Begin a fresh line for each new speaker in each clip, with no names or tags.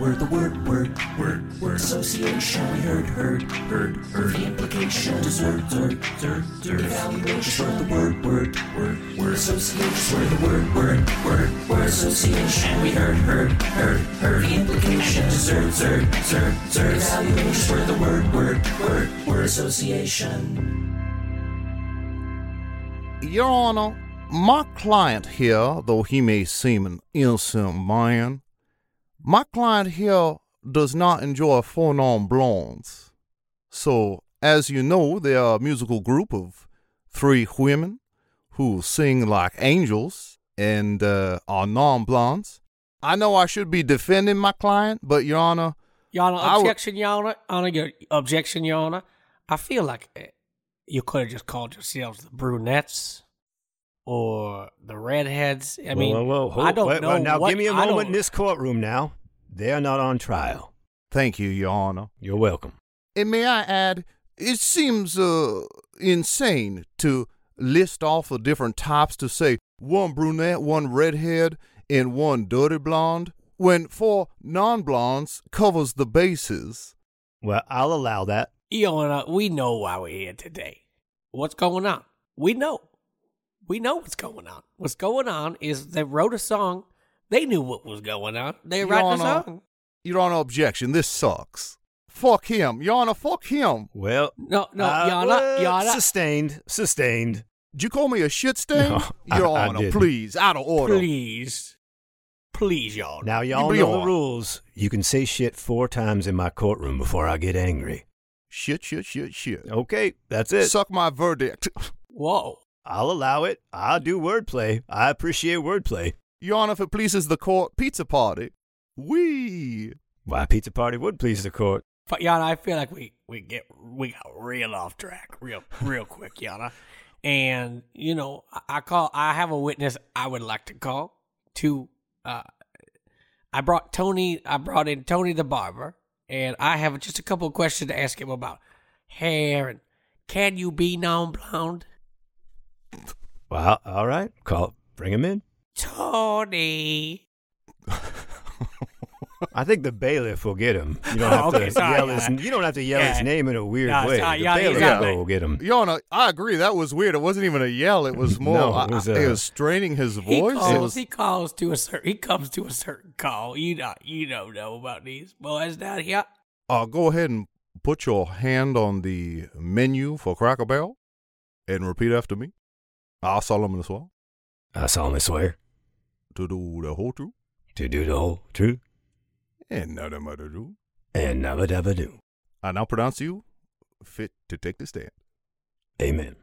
We're the word, word, word, word association. We heard, heard, heard, heard. The implication, dessert, dessert, dessert, dessert. Evaluation. We're the word, word, word, word association. We're the word, word, word, word association. We heard, heard, heard, heard. The implication, dessert, dessert, dessert, dessert. Evaluation. We're the word, word, word, word association.
Your Honor, my client here, though he may seem an innocent man, my client here does not enjoy full non blondes. So, as you know, they are a musical group of three women who sing like angels and uh, are non blondes. I know I should be defending my client, but Your Honor,
Your Honor,
I would-
objection, Your Honor. Honor, your objection, Your Honor. I feel like eh, you could have just called yourselves the brunettes or the redheads. I mean,
whoa, whoa, whoa.
I don't
wait,
know.
wait, now
what-
give me a
I
moment
don't-
in this courtroom. Now they are not on trial.
thank you, Your Honor.
You're welcome.
And may I add, it seems uh, insane to list off the different types to say one brunette, one redhead, and one dirty blonde, when four non blondes covers the bases.
Well, I'll allow that.
Your Honor, uh, we know why we're here today. What's going on? We know. We know what's going on. What's going on is they wrote a song. They knew what was going on. They
Your
wrote a
Honor.
song.
Your Honor, objection, this sucks. Fuck him. Your Honor, fuck him.
Well,
No, no,
uh,
Your Honor,
well,
Your Honor.
Sustained, sustained.
Did you call me a shit stain?
No, I-
Your
I
Honor,
didn't.
please, out of order.
Please. Please, Your Honor.
Now y'all
be
know
on.
the rules. You can say shit four times in my courtroom before I get angry.
Shit, shit, shit, shit.
Okay, that's it.
Suck my verdict.
Whoa.
I'll allow it. I do wordplay. I appreciate wordplay.
Your Honor, if it pleases the court, pizza party. We.
Why pizza party would please the court.
But Yana, I feel like we we get we got real off track, real real quick, Yana. And you know, I, I call. I have a witness. I would like to call to. Uh, I brought Tony. I brought in Tony the barber, and I have just a couple of questions to ask him about hair and can you be non-blonde,
Well, all right. Call. Bring him in.
Tony?
I think the bailiff will get him. You don't have
Okay,
to
sorry,
yell
yeah.
his. You don't have to yell
Yeah.
his name in a weird
No,
way.
sorry,
the
yeah,
bailiff
exactly.
will get him.
Your Honor, I agree. That was weird. It wasn't even a yell. It was more.
No,
I-
it was,
I-
uh,
straining his
He
voice. It
calls.
was-
He calls to a certain. He comes to a certain call. You not. You don't know about these boys down here.
uh, go ahead and put your hand on the menu for Cracker Barrel, and repeat after me. I solemnly swear
I solemnly swear
to do the whole truth
to do the whole truth
and nothing but the truth.
and never never do.
I now pronounce you fit to take the stand.
Amen.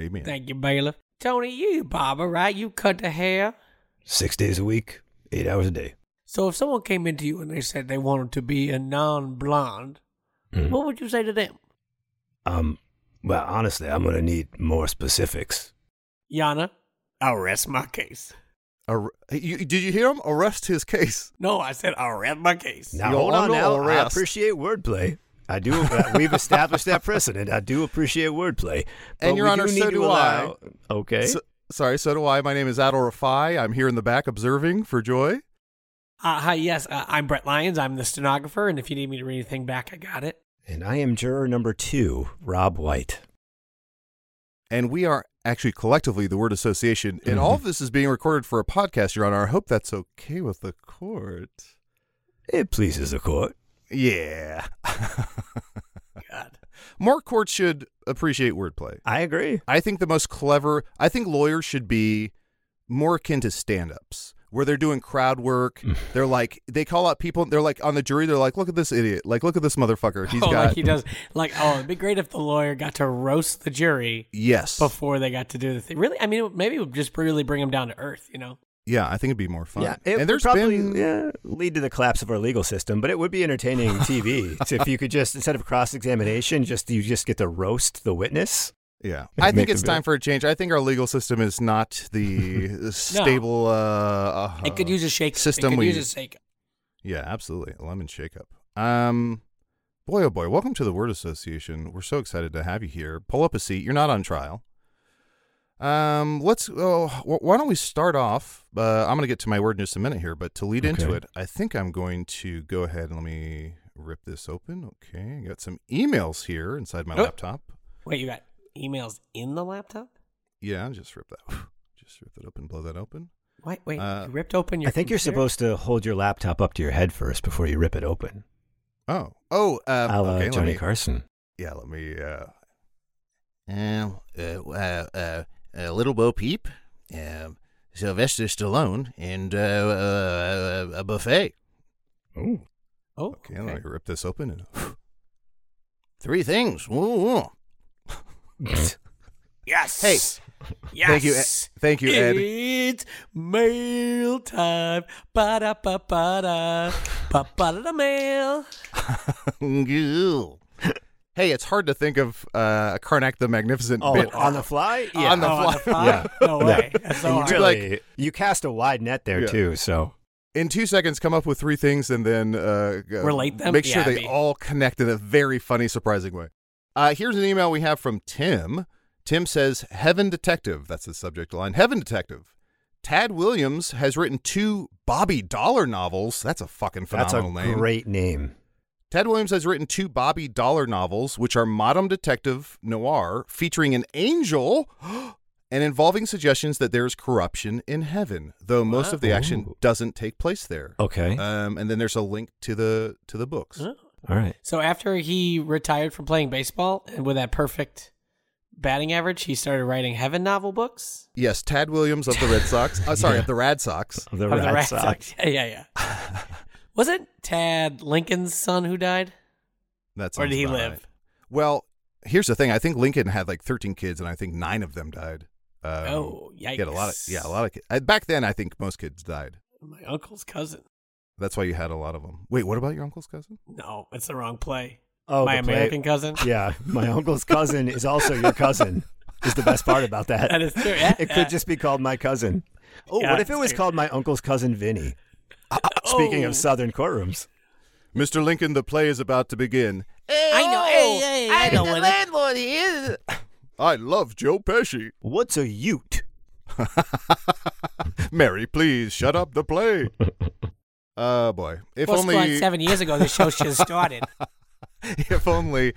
Amen.
Thank you, bailiff. Tony, you barber, right? You cut the hair.
Six days a week, eight hours a day.
So if someone came into you and they said they wanted to be a non-blonde,
Mm-hmm.
Mm.
what would you say to them?
Um. Well, honestly, I'm gonna need more specifics.
Yana, I'll rest my case.
Ar- you, did you hear him? Arrest his case.
No, I said I'll rest my case.
Now
Your
hold on.
Honor
Now
or
I
arrest?
appreciate wordplay. I do. uh, we've established that precedent. I do appreciate wordplay. But
And, Your
we
Honor,
do need
so
to
do
allow, I. Okay.
So- sorry, so do I. My name is Adol Rafai. I'm here in the back observing for joy.
Uh, hi, yes, uh, I'm Brett Lyons. I'm the stenographer, and if you need me to read anything back, I got it.
and I am juror number two, Rob White.
and we are actually collectively the word association and all
Mm-hmm.
of this is being recorded for a podcast your honor i hope that's okay with the court
It pleases the court.
yeah
God.
more courts should appreciate wordplay
I agree.
i think the most clever i think lawyers should be more akin to stand-ups where they're doing crowd work.
Mm.
they're like they call out people. They're like on the jury. They're like, look at this idiot. Like look at this motherfucker. He's
oh,
got
like he does. Like, oh, it'd be great if the lawyer got to roast the jury
yes.
before they got to do the thing. Really, I mean, it would- maybe it would just really bring them down to earth, you know?
yeah, I think it'd be more fun.
Yeah, it
and
would
there's
probably
been
yeah, lead to the collapse of our legal system, but it would be entertaining TV So if you could just instead of cross examination, just you just get to roast the witness.
Yeah, I
Make
think it's
them do
time for a change. I think our legal system is not the stable. Uh, uh,
It could use a shake.
system
It could
we
use a shake.
yeah, absolutely. A Lemon shake up. Um, boy, oh boy, welcome to the Word Association. We're so excited to have you here. Pull up a seat. You're not on trial. Um, let's. Oh, wh- why don't we start off? Uh, I'm going to get to my word in just a minute here, but to lead into
Okay.
it, I think I'm going to go ahead and let me rip this open. Okay, I got some emails here inside my
Oh.
laptop.
Wait, you got emails in the laptop?
Yeah, just rip that. Just rip that open. Blow that open.
Wait, wait.
Uh,
you ripped open your.
I think you're
computer?
supposed to hold your laptop up to your head first before you rip it open.
Oh, oh, um,
a la
okay.
Johnny
let me,
Carson.
yeah, let me. Uh, um, uh, uh, uh, uh, Little Bo Peep, um, Sylvester Stallone, and uh, uh, a buffet.
Ooh.
Oh,
Okay, let me rip this open and three things. Ooh, ooh. Mm.
Yes.
Hey,
Yes.
thank you, Ed- thank you, Ed.
It's mail time. Ba da ba ba da. Ba ba da mail.
Goo. hey, it's hard to think of uh, Karnak the Magnificent
Oh,
bit
on the fly?
On the
Oh,
fly.
on the fly? No way. That's so
And
hard.
you
like-
really, you cast a wide net there
Yeah.
too. So
in two seconds come up with three things and then uh, uh,
Relate them?
Make sure
Yeah,
they
me.
all connect in a very funny, surprising way. Uh, here's an email we have from Tim. Tim says, "Heaven Detective." That's the subject line. Heaven Detective. Tad Williams has written two Bobby Dollar novels. That's a fucking
that's a
phenomenal name.
great name.
Tad Williams has written two Bobby Dollar novels, which are modern detective noir featuring an angel and involving suggestions that there is corruption in heaven, though most of the action
Wow.
doesn't take place there.
Okay.
Um, and then there's a link to the to the books.
Huh?
All right.
So after he retired from playing baseball and with that perfect batting average, he started writing heaven novel books.
Yes, Tad Williams of the Red Sox. Uh, sorry, of the Rad Sox.
The,
Of
Red, Sox.
Yeah, yeah, yeah. Was it Tad Lincoln's son who died?
That's
or did he live?
Well, here's the thing. I think Lincoln had like 13 kids, and I think nine of them died. Um,
Oh,
he had a lot of
yikes.
yeah, a lot of kids. Uh, Back then, I think most kids died.
My uncle's cousin.
That's why you had a lot of them. Wait, what about your uncle's cousin?
No, it's the wrong play.
Oh,
My
the play-
American cousin.
Yeah, my uncle's cousin is also your cousin. Is the best part about that.
That is true, yeah,
it could
yeah.
just be called my cousin. Oh,
Yeah,
what if it
it's
was
true.
called my uncle's cousin Vinny? Speaking
Oh.
of southern courtrooms,
Mr. Lincoln, the play is about to begin.
I know. Hey, hey, I know what it-
landlord is. I love Joe Pesci.
what's a Ute?
Mary, please shut up the play. Oh boy! If
well,
only
squad, seven years ago, the show should have started.
if only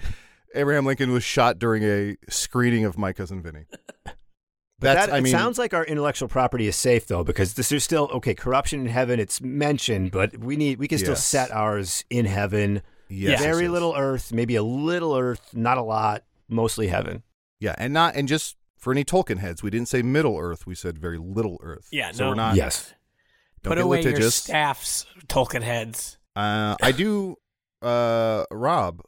Abraham Lincoln was shot during a screening of My Cousin Vinny.
But
That's,
that,
I
it
mean,
sounds like our intellectual property is safe though, because this is still okay. Corruption in heaven, it's mentioned, but we need we can still
Yes.
set ours in heaven.
yes, yes,
Very
yes.
little earth, maybe a little earth, not a lot, mostly heaven.
Yeah, and not and just for any Tolkien heads, we didn't say Middle Earth. We said very little Earth.
Yeah,
so
no.
we're not.
yes.
don't
Put
get
away your
litigious.
staffs, Tolkien heads.
Uh, I do, uh, Rob.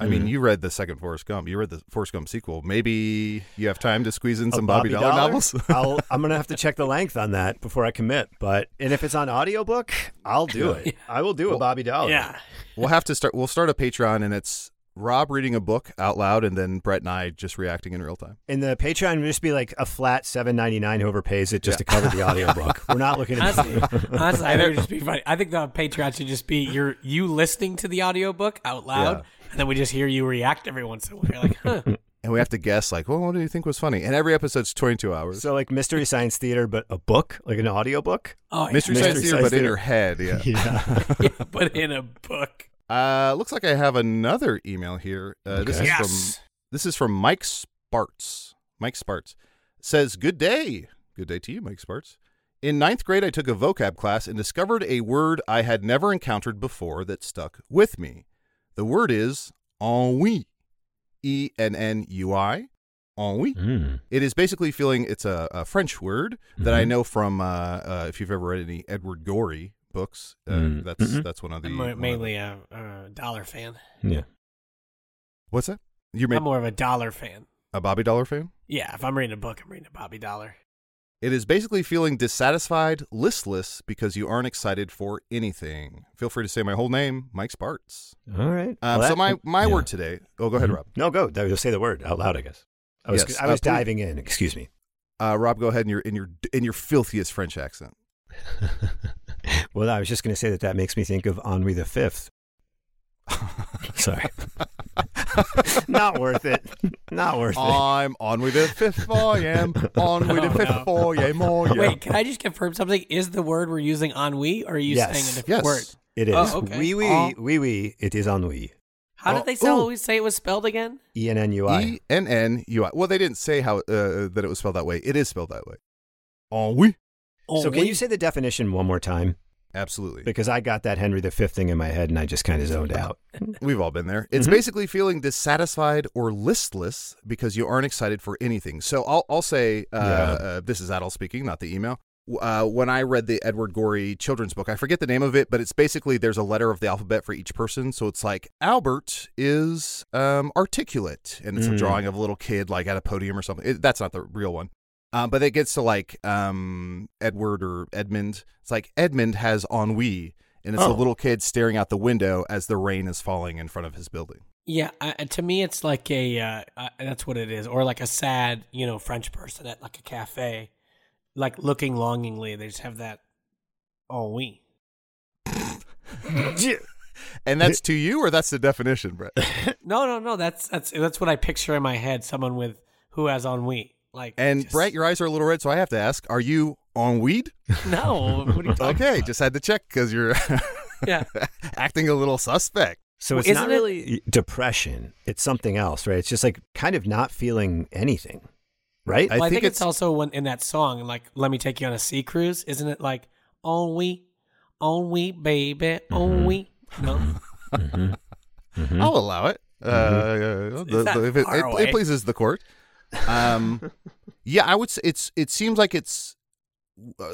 I mean,
Mhm.
you read the second Forrest Gump. You read the Forrest Gump sequel. Maybe you have time to squeeze in
A
some Bobby, Dollar, novels.
I'll, I'm gonna have to check the length on that before I commit. But and if it's on audiobook, I'll do
Yeah.
it. I will do a Bobby Dollar.
yeah.
we'll have to start. We'll start a Patreon, and it's Rob reading a book out loud, and then Brett and I just reacting in real time.
And the Patreon would just be like a flat seven ninety nine whoever pays it just to cover the audiobook. We're not looking at
Honestly, honestly, I think it would just be funny. I think the Patreon should just be you're you listening to the audiobook out loud, and then we just hear you react every once in a while. You're like, huh.
And we have to guess, like, well, what do you think was funny? And every episode's twenty-two hours.
So like Mystery Science Theater, but a book, like an audiobook.
Oh, yeah.
Mystery Science
Mystery
Theater, but
Science
in your
Theater.
head, yeah.
Yeah.
Yeah, but in a book.
Uh, looks like I have another email here. Uh, This is
Okay.
from This is from Mike Sparts. Mike Sparts says, Good day. Good day to you, Mike Sparts. In ninth grade, I took a vocab class and discovered a word I had never encountered before that stuck with me. The word is ennui. E N N U I. ennui.
Hmm.
It is basically feeling it's a, a French word that I know from uh, uh, if you've ever read any Edward Gorey books. Uh,
Mm.
That's
Mhm.
that's one of the
I'm
one
more-
of the-
mainly a, a dollar fan.
Yeah.
what's that? You're ma-
I'm more of a dollar fan.
a Bobby Dollar fan.
Yeah, if I'm reading a book, I'm reading a Bobby Dollar.
It is basically feeling dissatisfied, listless because you aren't excited for anything. Feel free to say my whole name, Mike Sparts.
All right.
Um,
Well,
so
that-
my my
yeah. Mm-hmm.
word today. Oh, go ahead, Rob.
No, go. You'll say the word out loud, I guess. I was,
Yes,
I was
uh, please.
diving in. Excuse me.
Uh, Rob, go ahead in your in your in your filthiest French accent.
well, I was just going to say that that makes me think of Henri the Fifth. Sorry. Not worth it. Not worth it.
I'm on with the fifth volume. On with the
Oh,
fifth
no.
volume. Oh, yeah.
Wait, can I just confirm something? Is the word we're using ennui, or are you
Yes.
saying a different
Yes.
word?
It is.
Oh, okay.
Oui, oui,
Oh.
oui, oui. It is ennui.
How
Oh,
did they sell,
ooh.
always say it was spelled again?
E N N U I.
E N N U I. Well, they didn't say how uh, that it was spelled that way. It is spelled that way. Ennui.
Oh,
So can you say the definition one more time?
Absolutely.
Because I got that Henry V thing in my head and I just kind of zoned out.
We've all been there. It's
Mhm.
basically feeling dissatisfied or listless because you aren't excited for anything. So I'll, I'll say uh,
Yeah.
uh, this is Adel speaking, not the email. W- Uh, when I read the Edward Gorey children's book, I forget the name of it, but it's basically there's a letter of the alphabet for each person. So it's like Albert is um, articulate, and it's a
Mm.
drawing of a little kid like at a podium or something. It, that's not the real one. Um, but it gets to like um, Edward or Edmund. It's like Edmund has ennui, and it's
Oh.
a little kid staring out the window as the rain is falling in front of his building.
Yeah, I, I- to me, it's like a uh, uh, that's what it is, or like a sad, you know, French person at like a cafe, like looking longingly. They just have that ennui.
And that's to you, or that's the definition, Brett.
No, no, no. That's that's that's what I picture in my head. Someone with who has ennui, like
And
just-
Brett, your eyes are a little red, so I have to ask: Are you on weed?
no. What are you talking?
Okay, just had to check because you're
Yeah,
acting a little suspect.
So
Well,
it's
isn't
not
it-
really depression. It's something else, right? It's just like kind of not feeling anything, right?
I
well, I, think
think
it's,
it's-
also when in that song, like "Let Me Take You on a Sea Cruise," isn't it? Like ennui, ennui, baby, ennui. No,
Mm-hmm.
I'll allow it. Uh, the-
not
the- if it, it-
far
it
away.
pleases the court. Um, yeah, I would. Say it's. It seems like it's. Uh,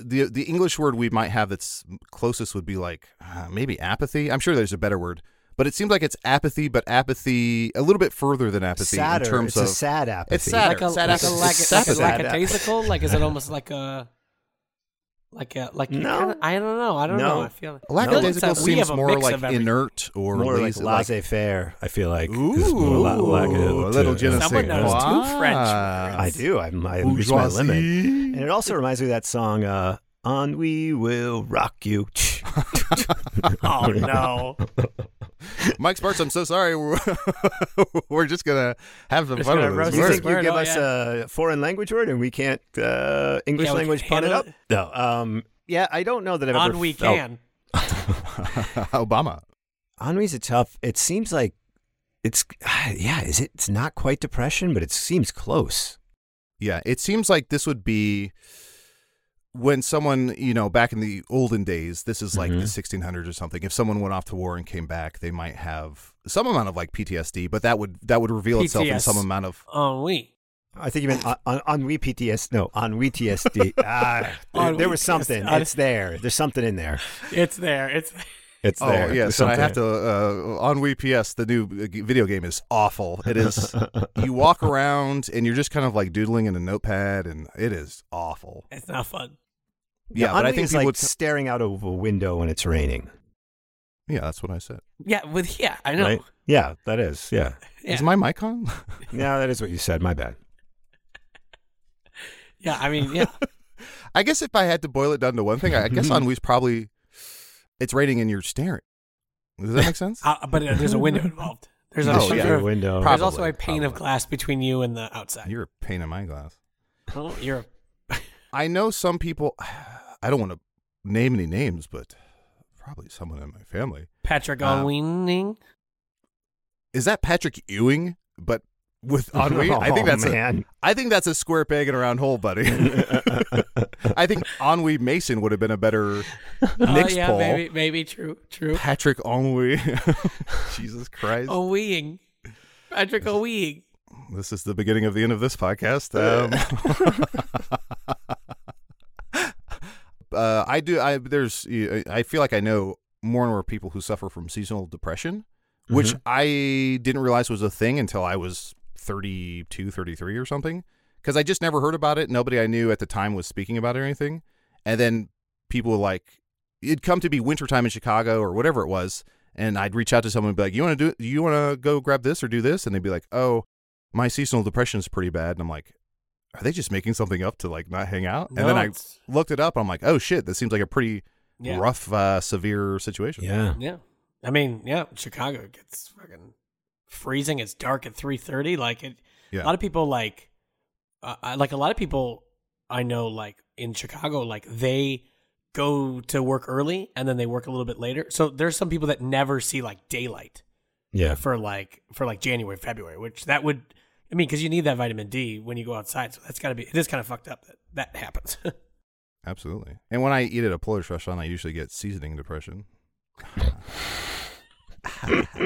the the English word we might have that's closest would be like uh, maybe apathy. I'm sure there's a better word, but it seems like it's apathy, but apathy a little bit further than apathy
Sadder.
in terms
it's
of
a sad apathy.
It's sadder.
like a
Sad
like a
apple.
like,
It's
a- like a
sad
like a
apple.
lackadaisical? Like is it almost like a like a like a
No.
kinda- I don't know. I don't
No.
know. I feel like
lackadaisical
No, it's a- we have
seems
a
more
mix
like
of everything.
inert or
more like
lazy, like-
laissez faire. I feel like
Ooh,
It's more la- lack-
a little
to-
je ne
Someone
sais
knows
quoi.
two French words.
I do. I'm I reached my
Bourgeoisie.
limit, and it also reminds me of that song. Uh, on we will rock you.
Oh no!
Mike Sparks, I'm so sorry. We're, we're just gonna have some
Just
fun
gonna
with
roast
this
you
Word.
think
word.
you
Word,
give
oh,
us a foreign language word and we can't uh, English
Yeah, we
language
can
pun it up?
handle
No. Um, yeah, I don't know that I've ever
on we
felt-
can.
Obama.
Ennui's a tough. It seems like it's yeah. Is it? It's not quite depression, but it seems close.
Yeah, it seems like this would be when someone, you know, back in the olden days, this is like
Mhm.
the 1600s or something. If someone went off to war and came back, they might have some amount of like PTSD, but that would that would reveal itself in
PTS.
some amount of
Ennui.
I think you meant on, on, ennui PTS. No, ennui TSD. ah, there,
Ennui
there was something.
TSD.
It's there. There's something in there.
It's there. It's
It's
Oh
there.
yeah,
There's
so I
something
have to uh, on Wii PS. The new uh, g- video game is awful. It is you walk around and you're just kind of like doodling in a notepad, and it is awful.
it's not fun.
Yeah, but I
Ennui
think
is
people
like
would-
staring out of a window when it's raining.
Yeah, that's what I said.
Yeah, with yeah, I know.
Right? Yeah, that is. Yeah.
Yeah.
Is my mic on?
Yeah, that is what you said. My bad.
yeah, I mean, yeah.
I guess if I had to boil it down to one thing, I I guess on Wii's probably it's rating and you're staring. Does that make sense?
Uh, but uh, there's a window involved. There's a
Oh,
sort
yeah.
of-
window.
There's also
Probably,
a pane of
probably.
glass between you and the outside.
You're a pain in my glass.
Oh, you're
I know some people. I don't want to name any names, but probably someone in my family.
Patrick
Um,
Owing.
Is that Patrick Ewing? But with on Wii, I think
Oh,
that's a-
man.
I think that's a square peg in a round hole, buddy. I think Ennui Mason would have been a better
Oh
Nick's
yeah,
Paul.
maybe, maybe true, true. Oh.
Patrick Ennui. Jesus Christ.
Owing. Patrick Owing.
this is the beginning of the end of this podcast. Um, uh, I do. I there's. I feel like I know more and more people who suffer from seasonal depression, which I didn't realize was a thing until I was 32, 33 or something, because I just never heard about it. Nobody I knew at the time was speaking about it or anything. And then people like it'd come to be wintertime in Chicago or whatever it was, and I'd reach out to someone and be like, "You want to do? You want to go grab this or do this?" And they'd be like, "Oh, my seasonal depression is pretty bad." And I'm like, "Are they just making something up to like not hang out?"
No,
and then I
it's-
looked it up. And I'm like, "Oh shit, this seems like a pretty
Yeah.
rough, uh, severe situation."
Yeah.
Yeah. I mean, yeah, Chicago gets fucking freezing. It's dark at three thirty. Like it,
Yeah.
a lot of people like, uh, I- like a lot of people I know, like in Chicago, like they go to work early and then they work a little bit later. So there's some people that never see like daylight
Yeah.
for like for like January, February, which that would. I mean, because you need that vitamin D when you go outside, so that's got to be. It is kind of fucked up that that happens.
Absolutely. And when I eat at a Polish restaurant, I usually get seasoning depression.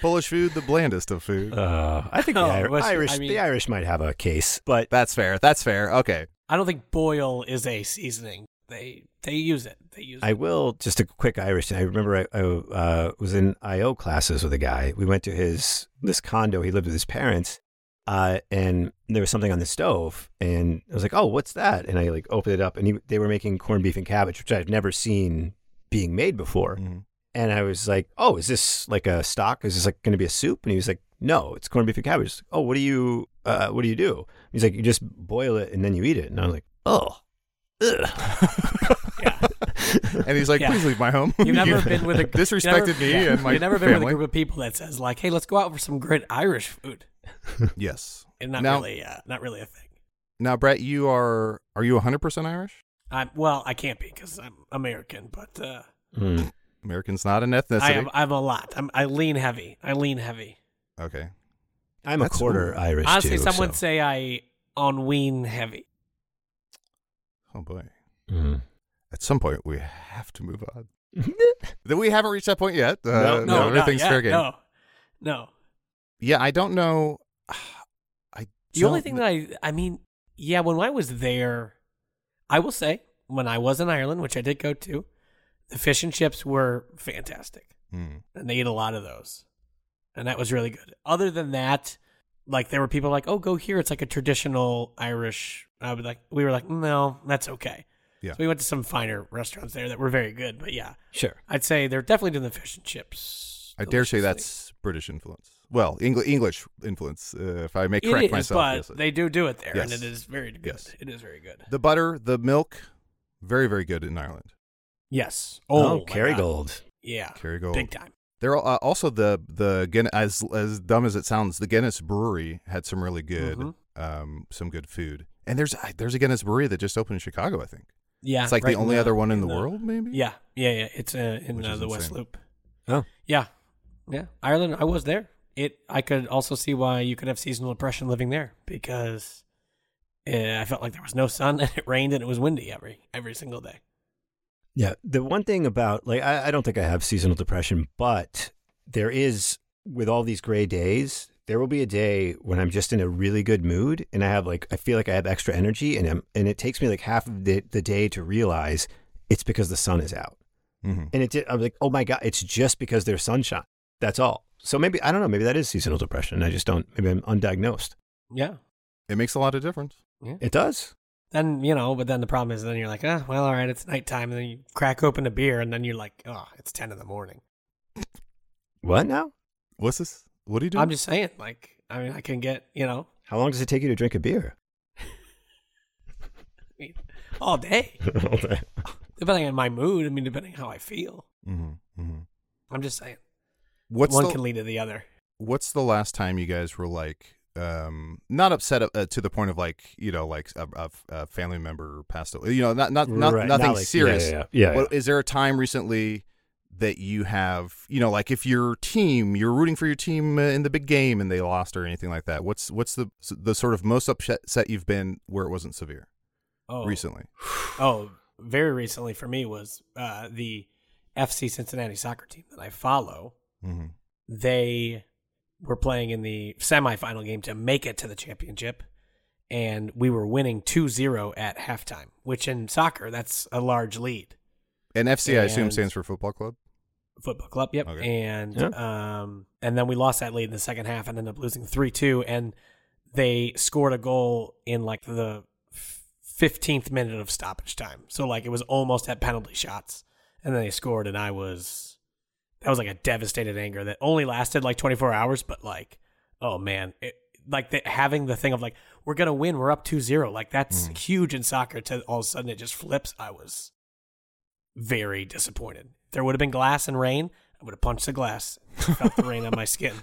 Polish food, the blandest of food.
Uh, I think
Oh,
the Ir-
listen,
Irish,
I mean-
the Irish might have a case, but
That's fair. That's fair. Okay.
I don't think boil is a seasoning. They they use it. They use
I will just a quick Irish. I remember I, I uh, was in IO classes with a guy. We went to his this condo. He lived with his parents, uh, and there was something on the stove, and I was like, "Oh, what's that?" And I like opened it up, and he, they were making corned beef and cabbage, which I've never seen being made before.
Mhm.
And I was like, "Oh, is this like a stock? Is this like going to be a soup?" And he was like, "No, it's corned beef and cabbage." Oh, what do you uh, what do you do? He's like, "You just boil it and then you eat it." And I was like, "Oh." Ugh.
And he's like,
Yeah.
please leave my home.
You've never been with a
disrespected
you've
me
never- yeah.
and my
You've never been
family.
with a group of people that says like, "Hey, let's go out for some good Irish food,"
yes.
and not
now,
really, uh, not really a thing.
Now, Brett, you are are you 100% Irish?
I'm well, I can't be because I'm American, but uh,
Hmm.
Mm. American's not an ethnicity.
I am, I'm a lot. I'm, I lean heavy. I lean heavy.
okay.
I'm a
That's
quarter
cool.
Irish.
Honestly,
too,
some would
so-
say I on ween heavy.
Oh boy.
Mm.
At some point we have to move on. That we haven't reached that point yet. Uh,
No,
No,
not
everything's
yet.
fair game.
No, no.
Yeah, I don't know. I
The only thing that I, I mean, yeah, when I was there, I will say when I was in Ireland, which I did go to, the fish and chips were fantastic.
Mm.
and they ate a lot of those. And that was really good. Other than that, like there were people like, oh, go here. It's like a traditional Irish. I would like, we were like, no, that's okay.
Yeah.
So we went to some finer restaurants there that were very good. But yeah,
Sure.
I'd say they're definitely doing the fish and chips.
I dare say
deliciously.
that's British influence. Well, Engl- English influence, uh, if I may
It
correct
is,
myself.
but
yes.
they do do it there, and
Yes.
it is very good.
Yes.
It is very good.
the butter, the milk, very, very good in Ireland.
Yes.
Oh,
my God.
Kerrygold.
Yeah.
Kerrygold.
Big time.
There are uh, also the the Guin- as as dumb as it sounds, the Guinness Brewery had some really good,
Mhm.
um, some good food. And there's uh, there's a Guinness Brewery that just opened in Chicago, I think.
Yeah.
it's like
right
the only other one in the,
in
world, maybe.
Yeah, yeah, yeah. It's uh, in
Which
uh,
is
the West
insane.
Loop.
Oh.
yeah, yeah. Ireland. I was there. It. I could also see why you could have seasonal depression living there because uh, I felt like there was no sun and it rained and it was windy every every single day.
Yeah. The one thing about like I, I don't think I have seasonal depression, but there is with all these gray days, there will be a day when I'm just in a really good mood and I have like I feel like I have extra energy and I'm, and it takes me like half of the, the day to realize it's because the sun is out.
hmm
And it did I was like, oh my God, it's just because there's sunshine. That's all. So maybe I don't know, maybe that is seasonal depression. and I just don't maybe I'm undiagnosed.
Yeah.
it makes a lot of difference.
It does.
Then you know, but then the problem is, then you're like, ah, well, all right, it's nighttime, and then you crack open a beer, and then you're like, oh, it's ten in the morning.
What now?
What's this? What do you do?
I'm just saying, like, I mean, I can get, you know,
How long does it take you to drink a beer?
I mean, all day, depending on my mood. I mean, depending on how I feel.
hmm hmm
I'm just saying,
What's
one
the,
can lead to the other.
what's the last time you guys were like um not upset uh, to the point of like you know like a, a, a family member passed away you know not not, not
Right,
nothing
not like-
serious
yeah, yeah, yeah.
What- is there a time recently that you have you know like if your team you're rooting for your team uh, in the big game and they lost or anything like that what's what's the the sort of most upset set you've been where it wasn't severe
Oh,
recently
Oh, very recently for me was uh, the FC Cincinnati soccer team that I follow.
mm-hmm.
They were playing in the semifinal game to make it to the championship. And we were winning 2 0 at halftime, which in soccer, that's a large lead.
And FC, I assume,
And-
stands for football club.
Football club, yep.
Okay.
And um, and then we lost that lead in the second half and ended up losing 3 2. And they scored a goal in like the f- 15th minute of stoppage time. So, like, it was almost at penalty shots. And then they scored, and I was that was like a devastated anger that only lasted like 24 hours but like oh man it, like the, having the thing of like we're gonna win we're up 2-0 like that's huge in soccer to all of a sudden it just flips i was very disappointed if there would have been glass and rain i would have punched the glass felt the rain on my skin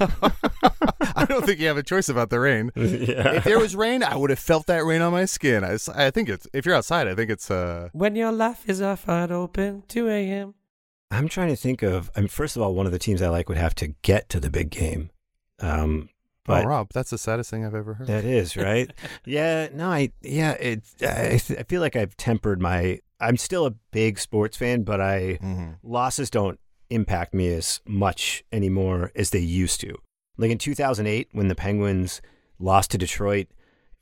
I don't think you have a choice about the rain. If
yeah.
there was rain, I would have felt that rain on my skin. I, s- I think it's if you're outside, I think it's uh
when your life is off wide open 2 a.m
I'm trying to think of. I mean, first of all, one of the teams I like would have to get to the big game. Um,
oh
but
Rob, that's the saddest thing I've ever heard.
That is right. yeah. No. I. Yeah. It. I, I feel like I've tempered my. I'm still a big sports fan, but I
Mhm.
losses don't impact me as much anymore as they used to. Like in 2008, when the Penguins lost to Detroit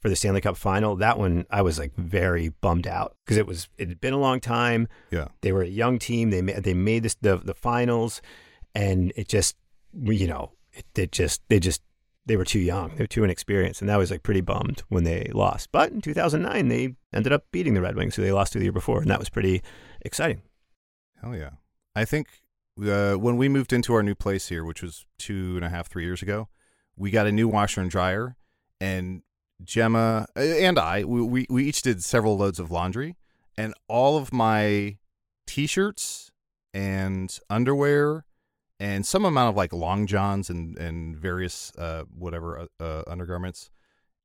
for the Stanley Cup final, that one I was like very bummed out because it was it had been a long time.
Yeah.
They were a young team. They ma- they made this the the finals, and it just we- you know it, it just they just they were too young. They were too inexperienced, and that was like pretty bummed when they lost. But in 2009, they ended up beating the Red Wings, who they lost to the year before, and that was pretty exciting.
Hell yeah. I think uh, when we moved into our new place here, which was two and a half, three years ago, we got a new washer and dryer. And Gemma uh, and I, we, we, we each did several loads of laundry. And all of my t shirts and underwear and some amount of like long johns and, and various uh, whatever uh, uh, undergarments,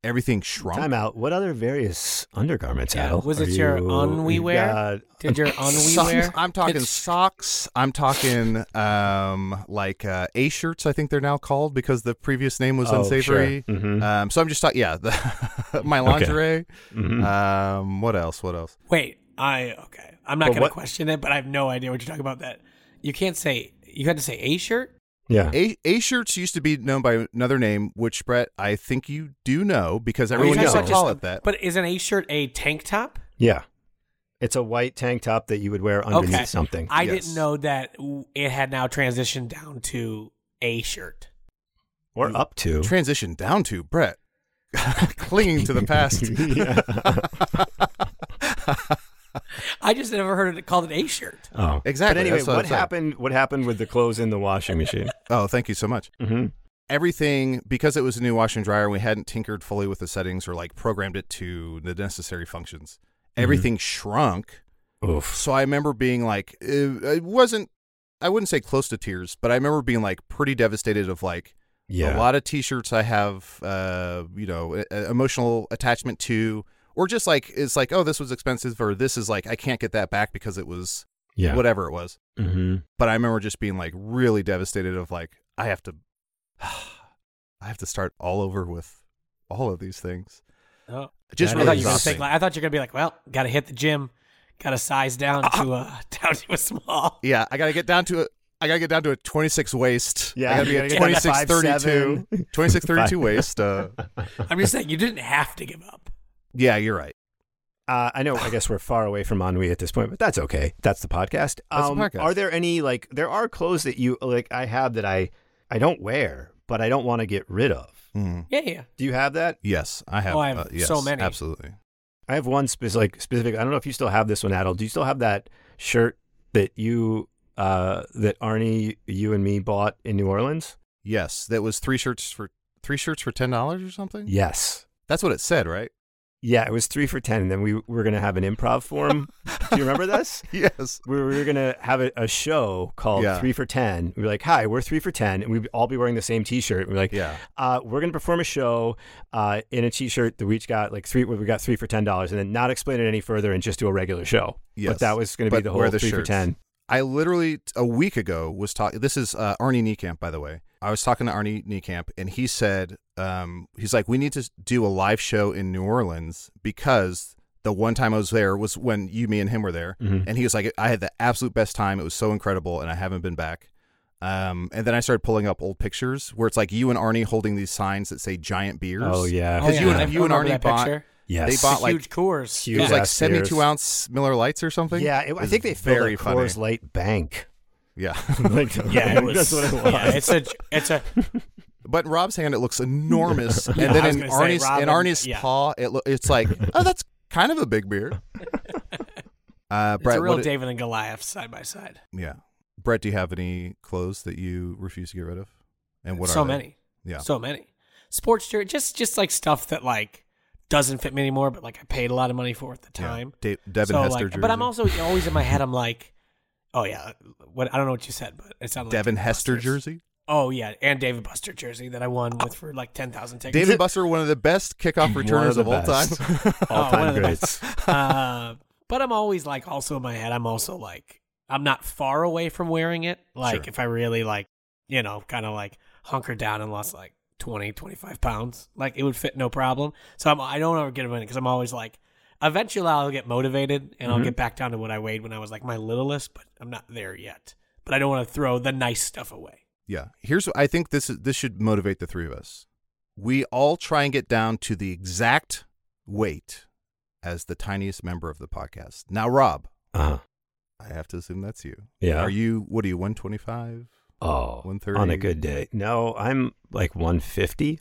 everything shrunk.
Time out. What other various undergarments,
Yeah,
Al?
was
are
it your
you-
un we
you've
wear?
got-
did your
Socks.
unwear
I'm talking socks. I'm talking um, like uh, A shirts. I think they're now called because the previous name was
Oh,
unsavory.
sure. Mhm.
Um, so I'm just talking. Yeah, the, my lingerie.
Mhm.
Um, what else? What else?
Wait, I okay. I'm not
But
gonna
what-
question it, but I have no idea what you're talking about. That you can't say. You had to say a shirt.
yeah.
A A shirts used to be known by another name, which Brett, I think you do know because
Are you
everyone used
talking
to
about
call
just-
it that.
But is an a shirt a tank top?
Yeah. It's a white tank top that you would wear underneath
okay,
something.
I
Yes.
didn't know that w- it had now transitioned down to a shirt.
or up to.
transition down to Brett, clinging to the past.
Yeah.
I just never heard it called an a shirt.
Oh.
Exactly,
But anyway,
that's
what,
what I'm saying.
happened what happened with the clothes in the washing machine?
Oh, thank you so much.
hmm
everything because it was a new washer and dryer we hadn't tinkered fully with the settings or like programmed it to the necessary functions
Mm-hmm.
everything shrunk
Oof.
so i remember being like it, it wasn't i wouldn't say close to tears but i remember being like pretty devastated of like a
Yeah.
lot of t-shirts i have uh you know e- e- emotional attachment to or just like it's like oh this was expensive or this is like i can't get that back because it was
yeah.
whatever it was
hmm
but I remember just being like really devastated of like I have to I have to start all over with all of these things.
Oh,
Just
That
I
really
thought you were gonna
exhausting.
say, like, I thought you were gonna be like, well, gotta hit the gym, gotta size down to uh down to a small.
Yeah, I got to get down to a I gotta get down to a 26 waist.
Yeah,
I gotta be
you
a
gotta get down to
26 32,
5'7".
26 32
Five.
waist. Uh,
I'm just saying you didn't have to give up.
yeah, you're right.
Uh, I know. I guess we're far away from ennui at this point, but that's okay. That's the podcast. Um,
That's the podcast.
Are there any like there are clothes that you like? I have that I I don't wear, but I don't want to get rid of.
Mm.
Yeah, yeah.
Do you have that?
Yes, I have.
Oh, I have
uh, yes,
so many.
Absolutely.
I have one specific, like, specific. I don't know if you still have this one, Adel. Do you still have that shirt that you uh that Arnie, you and me bought in New Orleans?
Yes, that was three shirts for three shirts for ten dollars or something.
Yes.
That's what it said, right?
Yeah, it was three for ten, and then we were gonna have an improv form. Do you remember this?
Yes.
we were we were gonna have a, a show called
Yeah.
Three for Ten. We were like, "Hi, we're Three for Ten, and we'd all be wearing the same T-shirt. And we we're like,
Yeah.
uh, we're gonna perform a show uh, in a T-shirt that we each got like three. We got three for ten dollars, and then not explain it any further and just do a regular show.
Yes.
But that was gonna be
But
the
wear
whole
the
Three
shirts.
for Ten.
I literally t- a week ago was talking. This is uh, Arnie Niekamp, by the way. I was talking to Arnie Niekamp, and he said, um, he's like, we need to s- do a live show in New Orleans because the one time I was there was
Mm-hmm.
when you, me, and him were there, and he was like, I had the absolute best time. It was so incredible, and I haven't been back. Um, and then I started pulling up old pictures where it's like you and Arnie holding these signs that say giant beers.
Oh yeah,
Oh,
Because you
yeah,
and-
I
you and Arnie
remember that
bought-
picture.
yes.
they bought, like-
huge Coors.
Huge
It was like
ass
seventy-two
beers.
ounce Miller Lights or something.
yeah, it, I
was
think they filled
very
a Coors
funny.
Light bank.
Yeah,
like,
Yeah, it was,
that's what it was.
yeah, it's a it's a
but in Rob's hand it looks enormous, and then
I was
in
gonna say,
Arnie's
Rob
in
and-
Arnie's
yeah.
paw it lo- it's like oh that's kind of a big beer. Uh,
it's
Brett,
a real
what did-
David and Goliath side by side.
yeah, Brett, do you have any clothes that you refuse to get rid of, and what
so
are they?
many.
Yeah,
So many. Sports jersey, just just like stuff that like doesn't fit me anymore, but like I paid a lot of money for at the
Yeah.
time.
Da- Devin
so,
Hester
like,
jersey.
but I'm also always in my head. I'm like, oh yeah, what I don't know what you said, but it sounded like
Devin
Dave
Hester
Buster's.
jersey.
Oh yeah, and David Buster jersey that I won with for like ten thousand tickets.
Oh. David Buster, one of the best kickoff
One
returners
the
of, all
best.
time.
all
one
time
of the
greats.
uh, but I'm always like, also in my head, I'm also like, I'm not far away from wearing it.
Sure.
Like, if I really like, you know, kind of like hunker down and lost like 20, 25 pounds, like it would fit no problem. So I'm, I don't ever get them in because I'm always like, eventually I'll get motivated and I'll
Mm-hmm.
get back down to what I weighed when I was like my littlest, but I'm not there yet. But I don't want to throw the nice stuff away.
Yeah. Here's I think this is this should motivate the three of us. We all try and get down to the exact weight as the tiniest member of the podcast. Now, Rob,
Uh-huh.
I have to assume that's you.
Yeah.
Are you what are you, one twenty five?
Oh,
130.
on a good day. No, I'm like 150.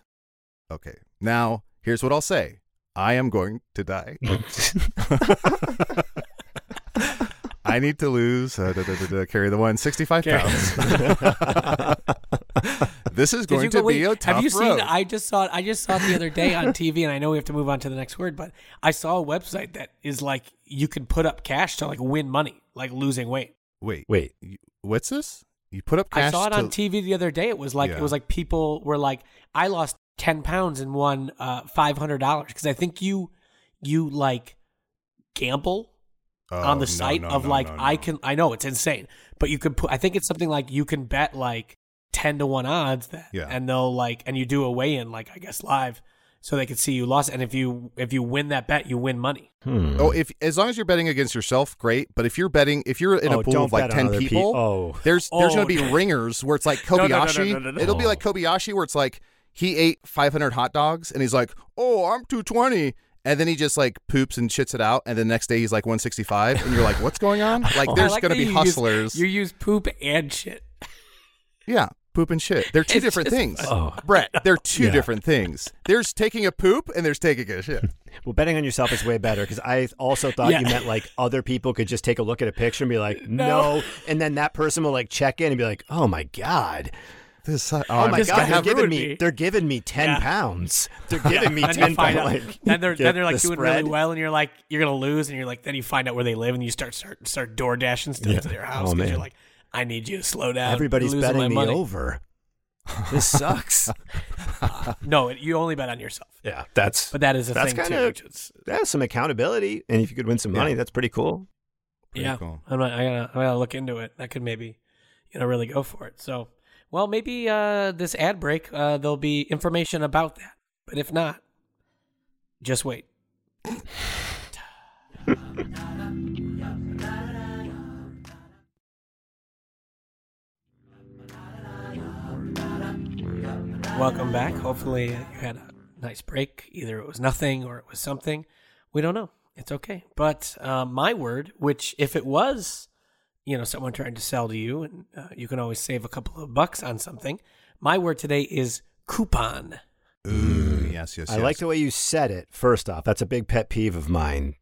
Okay. Now, here's what I'll say. I am going to die.
Hmm.
I need to lose uh, da, da, da, da, carry the one sixty five
Carry-
pounds. this is
Did
going
you
to
go-
be
wait,
a tough
Have you
road.
seen? I just saw. it I just saw it the other day on TV, and I know we have to move on to the next word, but I saw a website that is like you can put up cash to like win money, like losing weight.
Wait,
Wait,
you- what's this? You put up cash
I saw it
to-
on TV the other day. It was like
Yeah.
it was like people were like, I lost ten pounds and won uh, five hundred dollars because I think you you like gamble
Oh,
on
no,
the site
no,
of
no,
like
no,
I
no.
can I know it's insane, but you could put I think it's something like you can bet like ten to one odds that
Yeah.
and they'll like and you do a weigh in like I guess live so they could see you lost and if you if you win that bet you win money.
hmm.
Oh, if as long as you're betting against yourself, great. But if you're betting, if you're in
Oh,
a pool
don't
of like
bet on
ten
other
people,
peo- oh.
there's there's
Oh,
gonna be
no.
ringers where it's like
No, no, no, no,
Kobayashi.
no, no, no.
It'll be like Kobayashi where it's like he ate 500 hot dogs and he's like, oh, I'm 220. And then he just like poops and shits it out, and the next day he's like 165, and you're like, "What's going on?" Like,
I
there's
like
gonna
that
be
you use-
hustlers.
you use poop and shit.
Yeah, poop and shit. They're two
It's
different
just-
things,
Oh.
Brett. They're two
Yeah.
different things. There's taking a poop and there's taking a shit.
Well, betting on yourself is way better because I also thought
Yeah.
you meant like other people could just take a look at a picture and be like, no.
No.
And then that person will like check in and be like, oh my God.
This,
Oh my
this
God.
guy
They're giving
ruined
me,
me.
they're giving me 10
Yeah.
pounds. They're giving me
Then you
10
find
pounds.
out-
Like,
then they're
get
then they're like
the
doing
spread.
really well, and you're like you're gonna lose, and you're like then you find out where they live, and you start start, start door dashing stuff
Yeah.
to their house
Oh,
because you're
man.
like, I need you to slow down.
Everybody's
You're losing my
betting me
money.
over. This sucks.
No, it, you only bet on yourself.
yeah, that's
But that is a
That's
thing
kinda-
too. Which is,
that's some accountability. And if you could win some
Yeah.
money, that's pretty cool.
Pretty
yeah,
cool.
I'm, not- I gotta I gotta look into it. I could maybe you know really go for it. So, well, maybe uh, this ad break uh, there'll be information about that. But if not, just wait. Welcome back. Hopefully, uh, you had a nice break. Either it was nothing or it was something. We don't know. It's okay. But uh, my word, which if it was, you know, someone trying to sell to you, and uh, you can always save a couple of bucks on something. My word today is coupon.
Ooh, yes, yes.
I
yes.
like the way you said it. First off, that's a big pet peeve of mine.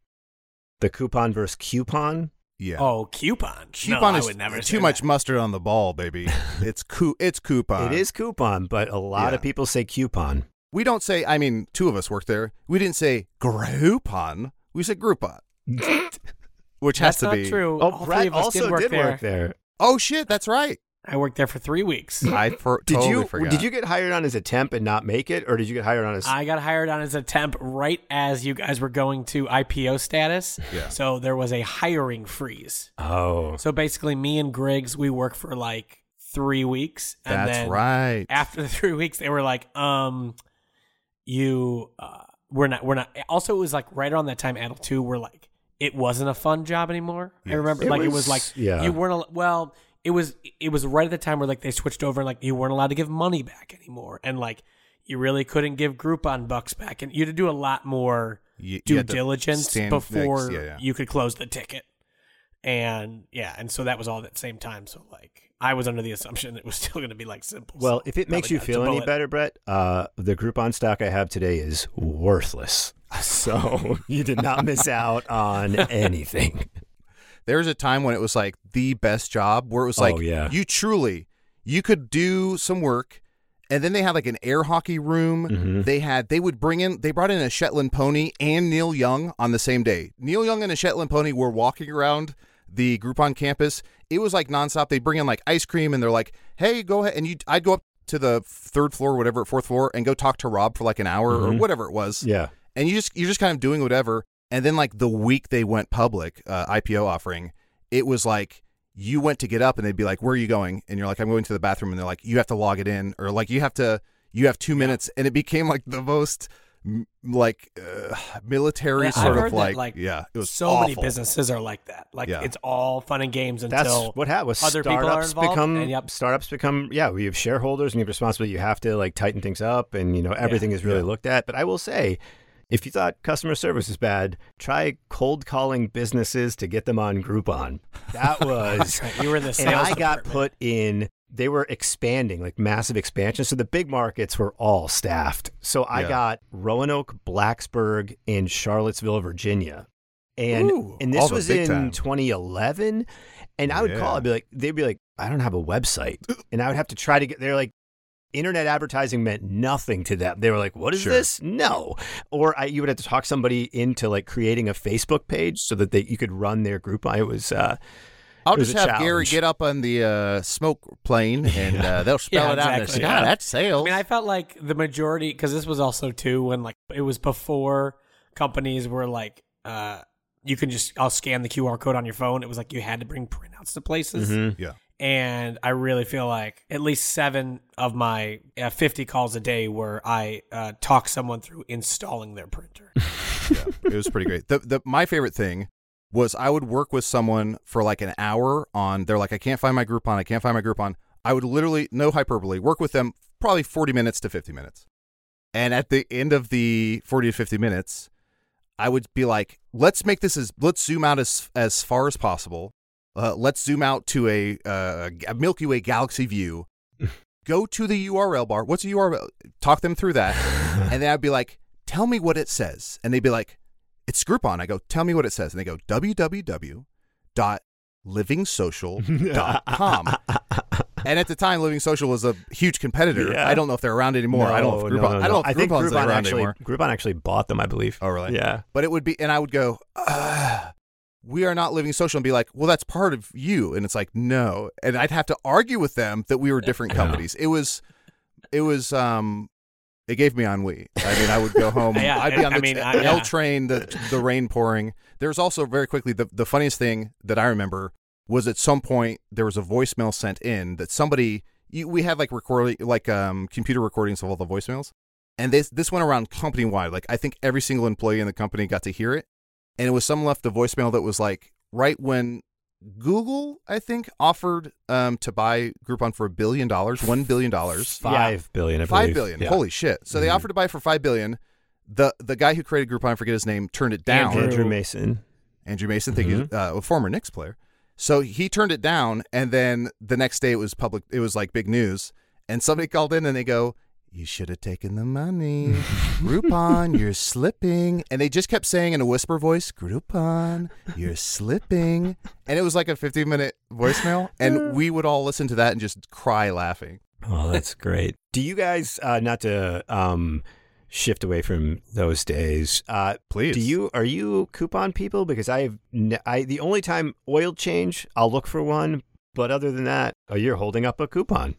The coupon versus coupon.
Yeah.
Oh, coupon.
coupon
no,
is
I would never
too
say
much
that.
mustard on the ball, baby. It's cou- it's coupon.
It is coupon, but a lot
Yeah.
of people say coupon.
We don't say. I mean, two of us work there. We didn't say Groupon. We said Groupon, which has
That's
to
not
be
true.
Oh,
All three
Brett
of us
also
did work there.
there.
Oh shit, that's right.
I worked there for three weeks.
I for-
Did
totally
you
forgot.
did you get hired on as a temp and not make it, or did you get hired on as?
I got hired on as a temp right as you guys were going to IPO status.
Yeah.
So there was a hiring freeze.
oh,
So basically, me and Griggs, we work for like three weeks. And
That's
then
right.
After the three weeks, they were like, um, you, uh, we're not, we're not. Also, it was like right around that time, Adult 2, we're like, it wasn't a fun job anymore.
Yes.
I remember,
It
like, it was
was-
like,
yeah.
you weren't, al- well, it was it was right at the time where like they switched over and like you weren't allowed to give money back anymore and like you really couldn't give Groupon bucks back and you had to do a lot more
You- you
due
had to
diligence
stand next-
before
yeah, yeah.
you could close the ticket. And yeah, and so that was all at the same time. So like I was under the assumption it was still going to be like simple.
Well,
so
if it makes
probably
you
not. It's a
feel any
bullet.
better, Brett, uh, the Groupon stock I have today is worthless. So you did not miss out on anything.
There was a time when it was like the best job where it was like
Oh, yeah.
you truly you could do some work and then they had like an air hockey room.
Mm-hmm.
They had they would bring in they brought in a Shetland pony and Neil Young on the same day. Neil Young and a Shetland pony were walking around the Groupon campus. It was like nonstop. They bring in like ice cream and they're like, "Hey, go ahead." And you I'd go up to the third floor, whatever, fourth floor, and go talk to Rob for like an hour
Mm-hmm.
or whatever it was
Yeah.
and you just you're just kind of doing whatever and then like the week they went public uh, ipo offering it was like you went to get up and they'd be like where are you going and you're like i'm going to the bathroom and they're like you have to log it in or like you have to you have two minutes and it became like the most m- like uh, military
Yeah, I've
sort
heard
of
that,
like, yeah it was
so many
awful.
businesses are like that. Like
Yeah.
it's all fun and games until
That's what happened. Was
other people are
startups
involved,
become
and yep.
startups become yeah. We have shareholders and you have responsibility. You have to like tighten things up, and you know everything is really looked at. But I will say, if you thought customer service is bad, try cold calling businesses to get them on Groupon. That was
you were in the sales.
and I got
department.
put in. They were expanding, like massive expansion. So the big markets were all staffed. So I
Yeah.
got Roanoke, Blacksburg, and Charlottesville, Virginia. And
Ooh,
and
all
this
the
was
big time.
in 2011. And I would call.
Yeah.
I'd be like, they'd be like, I don't have a website, and I would have to try to get. They're like, internet advertising meant nothing to them. They were like, "What is
Sure.
this?" No. Or I, you would have to talk somebody into like creating a Facebook page so that they you could run their group. I was. Uh,
I'll
It was
just
a
have Gary
challenge.
get up on the uh, smoke plane and uh, they'll spell
Yeah,
it out in the
exactly.
sky.
Yeah.
That's sales.
I mean, I felt like the majority because this was also too when like it was before companies were like, uh, you can just I'll scan the QR code on your phone. It was like you had to bring printouts to places,
Mm-hmm.
yeah.
and I really feel like at least seven of my uh, fifty calls a day where I uh, talk someone through installing their printer.
yeah, it was pretty great. The, the my favorite thing was I would work with someone for like an hour on. They're like, I can't find my Groupon. I can't find my Groupon. I would literally, no hyperbole, work with them probably forty minutes to fifty minutes, and at the end of the forty to fifty minutes, I would be like, let's make this as let's zoom out as as far as possible. Uh, let's zoom out to a, uh, a Milky Way galaxy view. Go to the URL bar. What's a URL? Talk them through that, and then I'd be like, tell me what it says, and they'd be like, it's Groupon. I go, tell me what it says, and they go www.livingsocial.com. and at the time, Living Social was a huge competitor.
Yeah.
I don't know if they're around anymore. I don't know if Groupon. I don't know if
I think
Groupon's
Groupon
around
actually,
anymore.
Groupon actually bought them, I believe.
Oh, really?
Yeah.
But it would be, and I would go, "Ugh, we are not living social, and be like, well, that's part of you, and it's like, no, and I'd have to argue with them that we were different
Yeah.
companies. It was, it was, um, it gave me ennui. I mean, I would go home.
Yeah,
I'd be on the
I mean, I-
L
yeah.
train, the the rain pouring. There's also very quickly the the funniest thing that I remember was at some point there was a voicemail sent in that somebody you, we had like recording like um computer recordings of all the voicemails and this this went around company wide. Like I think every single employee in the company got to hear it, and it was someone left a voicemail that was like right when Google I think offered um, to buy Groupon for a billion dollars, one billion dollars,
Five billion, I
five
believe.
billion.
Yeah.
Holy shit! So they offered to buy for five billion. The the guy who created Groupon, I forget his name, turned it down.
Andrew, Mason.
Andrew Mason, thank you, uh, a former Knicks player. So he turned it down, and then the next day it was public. It was like big news, and somebody called in and they go, "You should have taken the money, Groupon, you're slipping." And they just kept saying in a whisper voice, "Groupon, you're slipping," and it was like a 15 minute voicemail, and we would all listen to that and just cry laughing.
Oh, that's great. Do you guys uh, not to um, shift away from those days? Uh,
Please.
Do you are you coupon people? Because I've n- I the only time oil change, I'll look for one. But other than that, oh, you're holding up a coupon.